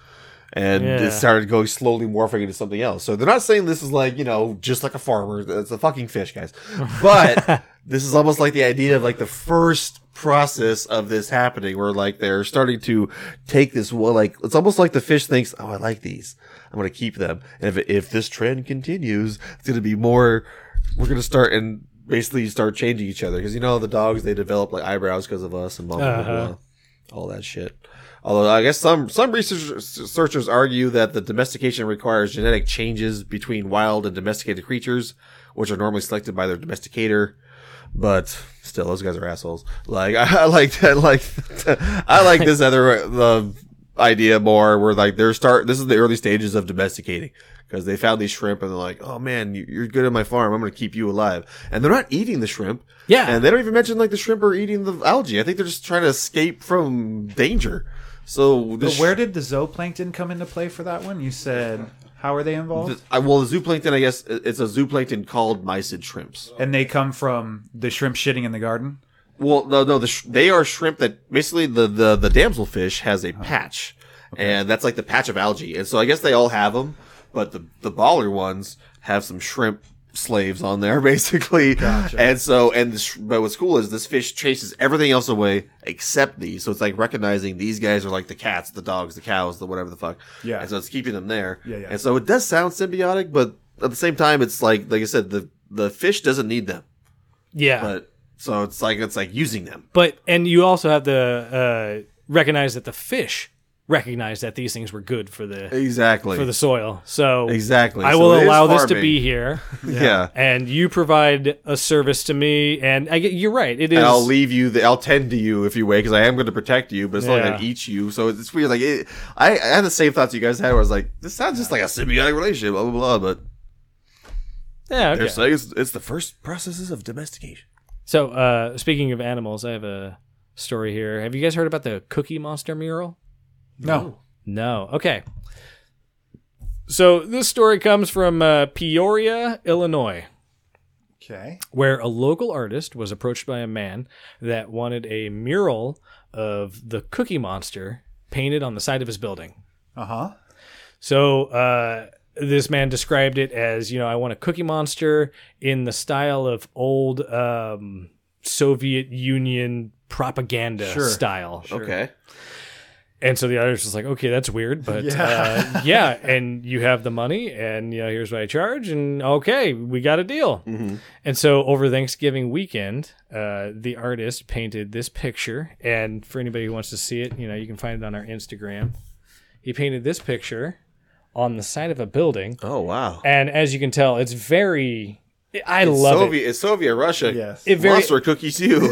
And
Yeah.
it started going slowly morphing into something else. So they're not saying this is like, you know, just like a farmer. It's a fucking fish, guys. But this is almost like the idea of like the first process of this happening where like they're starting to take this well like it's almost like the fish thinks oh i like these i'm gonna keep them and if, if this trend continues it's gonna be more we're gonna start and basically start changing each other because you know the dogs they develop like eyebrows because of us and blah blah blah,
Uh-huh.
blah all that shit although i guess some some researchers researchers argue that the domestication requires genetic changes between wild and domesticated creatures which are normally selected by their domesticator but still those guys are assholes like i, I like that like i like this other the idea more where like they're start this is the early stages of domesticating because they found these shrimp and they're like oh man you- you're good at my farm i'm gonna keep you alive and they're not eating the shrimp
Yeah.
and they don't even mention like the shrimp are eating the algae i think they're just trying to escape from danger so
But
this
where did the zooplankton come into play for that one? You said how are they involved?
I, well, the zooplankton, I guess, it- it's a zooplankton called mysid shrimps.
and they come from the shrimp shitting in the garden.
Well, no, no, the sh- they are shrimp that basically the the the damselfish has a
Uh-huh.
patch, and that's like the patch of algae, and so I guess they all have them, but the the baller ones have some shrimp slaves on there basically, and so and the sh- but what's cool is this fish chases everything else away except these, so it's like recognizing these guys are like the cats, the dogs, the cows, the whatever the fuck,
Yeah.
and so it's keeping them there,
Yeah, yeah.
and so it does sound symbiotic, but at the same time, it's like like I said, the the fish doesn't need them,
yeah.
but so it's like it's like using them.
But and you also have to uh, recognize that the fish recognized that these things were good for the
Exactly.
for the soil. So
Exactly.
I
So
will
it is
allow this to
farming.
be here,
yeah.
and you provide a service to me. And I get you're right. It is.
And I'll leave you. The, I'll tend to you if you wait, because I am going to protect you. But it's not like I
Yeah.
eat you, so it's weird. Like it, I, I had the same thoughts you guys had. Where I was like, this sounds just like a symbiotic relationship, blah blah blah. But
yeah.
they're
Okay.
saying it's, it's the first processes of domestication.
So uh, speaking of animals, I have a story here. Have you guys heard about the Cookie Monster mural?
No,
No. Okay. So this story comes from uh, Peoria, Illinois.
Okay.
where a local artist was approached by a man that wanted a mural of the Cookie Monster painted on the side of his building.
Uh
Uh-huh.
huh.
So uh, this man described it as, you know, I want a Cookie Monster in the style of old um, Soviet Union propaganda style.
Okay.
And so the artist was like, okay, that's weird, but yeah, uh, yeah and you have the money, and you know, here's what I charge, and okay, we got a deal.
Mm-hmm.
And so over Thanksgiving weekend, uh, the artist painted this picture, and for anybody who wants to see it, you know, you can find it on our Instagram. He painted this picture on the side of a building,
Oh wow.
and as you can tell, it's very. I love it.
Soviet, it's Soviet Russia.
Yes.
It very-
Monster cookies you.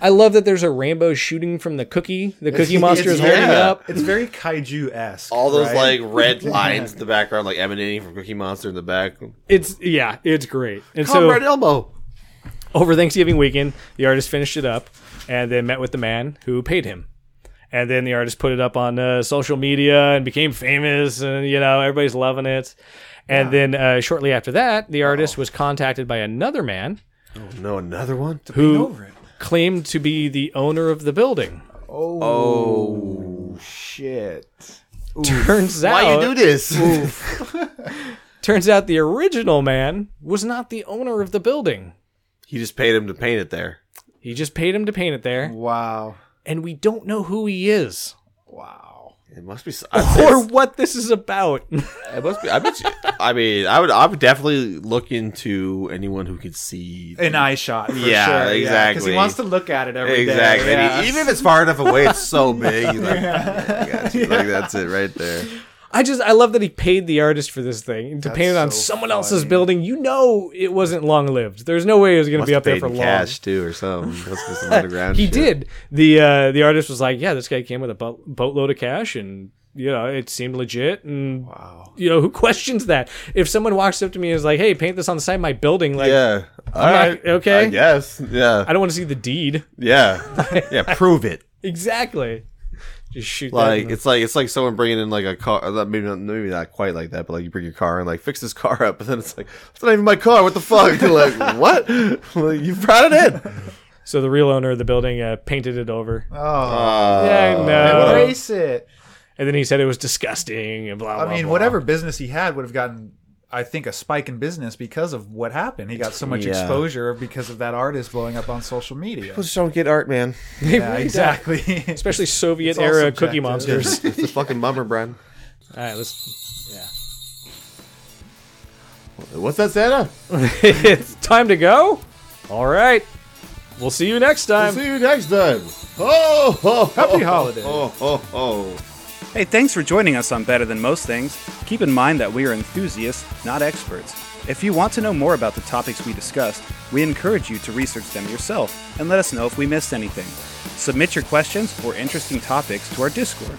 I love that there's a rainbow shooting from the cookie. The cookie monster is holding
yeah.
up.
It's very kaiju esque.
All those
right?
like red lines in the background, like emanating from Cookie Monster in the back.
It's yeah, it's great. And so
Comrade Elmo.
over Thanksgiving weekend, the artist finished it up and then met with the man who paid him. And then the artist put it up on uh, social media and became famous, and you know everybody's loving it. And then uh, shortly after that, the artist was contacted by another man
No, another one.
who claimed to be the owner of the building.
Oh,
shit.
Turns out,
why you do this?
turns out the original man was not the owner of the building.
He just paid him to paint it there.
He just paid him to paint it there,
Wow.
and we don't know who he is
Wow.
It must be. s-
or what this is about.
It must be. I bet you, I mean, I would. I would definitely look into anyone who could see.
an eye shot. For
Yeah,
sure. Because
exactly.
he wants to look at it every day.
exactly. And
yeah.
e- even if it's far enough away, it's so big. You're like, "Yeah, I got you." Like, that's it right there.
I just I love that he paid the artist for this thing to paint it on
so
someone else's building. You know it wasn't long lived. There's no way it was going to be up there
Paid
for
in
long.
cash too, or something. Must be some underground.
He
shit.
did. The uh, the artist was like, yeah, this guy came with a boat- boatload of cash, and you know it seemed legit. And you know who questions that? If someone walks up to me and is like, hey, paint this on the side of my building, like
Yeah. All
not-
right.
okay.
I guess. Yeah.
I don't want to see the deed.
Yeah. Yeah. Prove it.
Exactly. Just shoot that. in
Like
the-
it's like it's like someone bringing in like a car. uh, Maybe not, maybe not quite like that, but like you bring your car and like fix this car up, and then it's like it's not even my car. What the fuck? You're like what? Like, you brought it in.
So the real owner of the building uh, painted it over.
Oh,
Uh,
yeah, I know.
embrace it.
and then he said it was disgusting and blah.
I
blah,
mean,
blah.
whatever business he had would have gotten, I think, a spike in business because of what happened. He got so much
Yeah.
exposure because of that artist blowing up on social media.
People just don't get art, man.
They
Yeah,
really
exactly.
especially Soviet
It's all
era
subjective.
Cookie Monsters.
It's a fucking bummer, Brian.
All right, let's.
What's that, Santa?
it's time to go. All right, we'll see you next time.
See you next time. Oh, ho,
Happy holidays.
Oh, oh, oh.
Hey, thanks for joining us on Better Than Most Things. Keep in mind that we are enthusiasts, not experts. If you want to know more about the topics we discussed, we encourage you to research them yourself and let us know if we missed anything. Submit your questions or interesting topics to our Discord.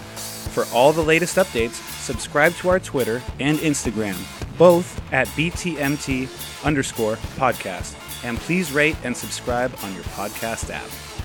For all the latest updates, subscribe to our Twitter and Instagram, both at BTMT underscore podcast. And please rate and subscribe on your podcast app.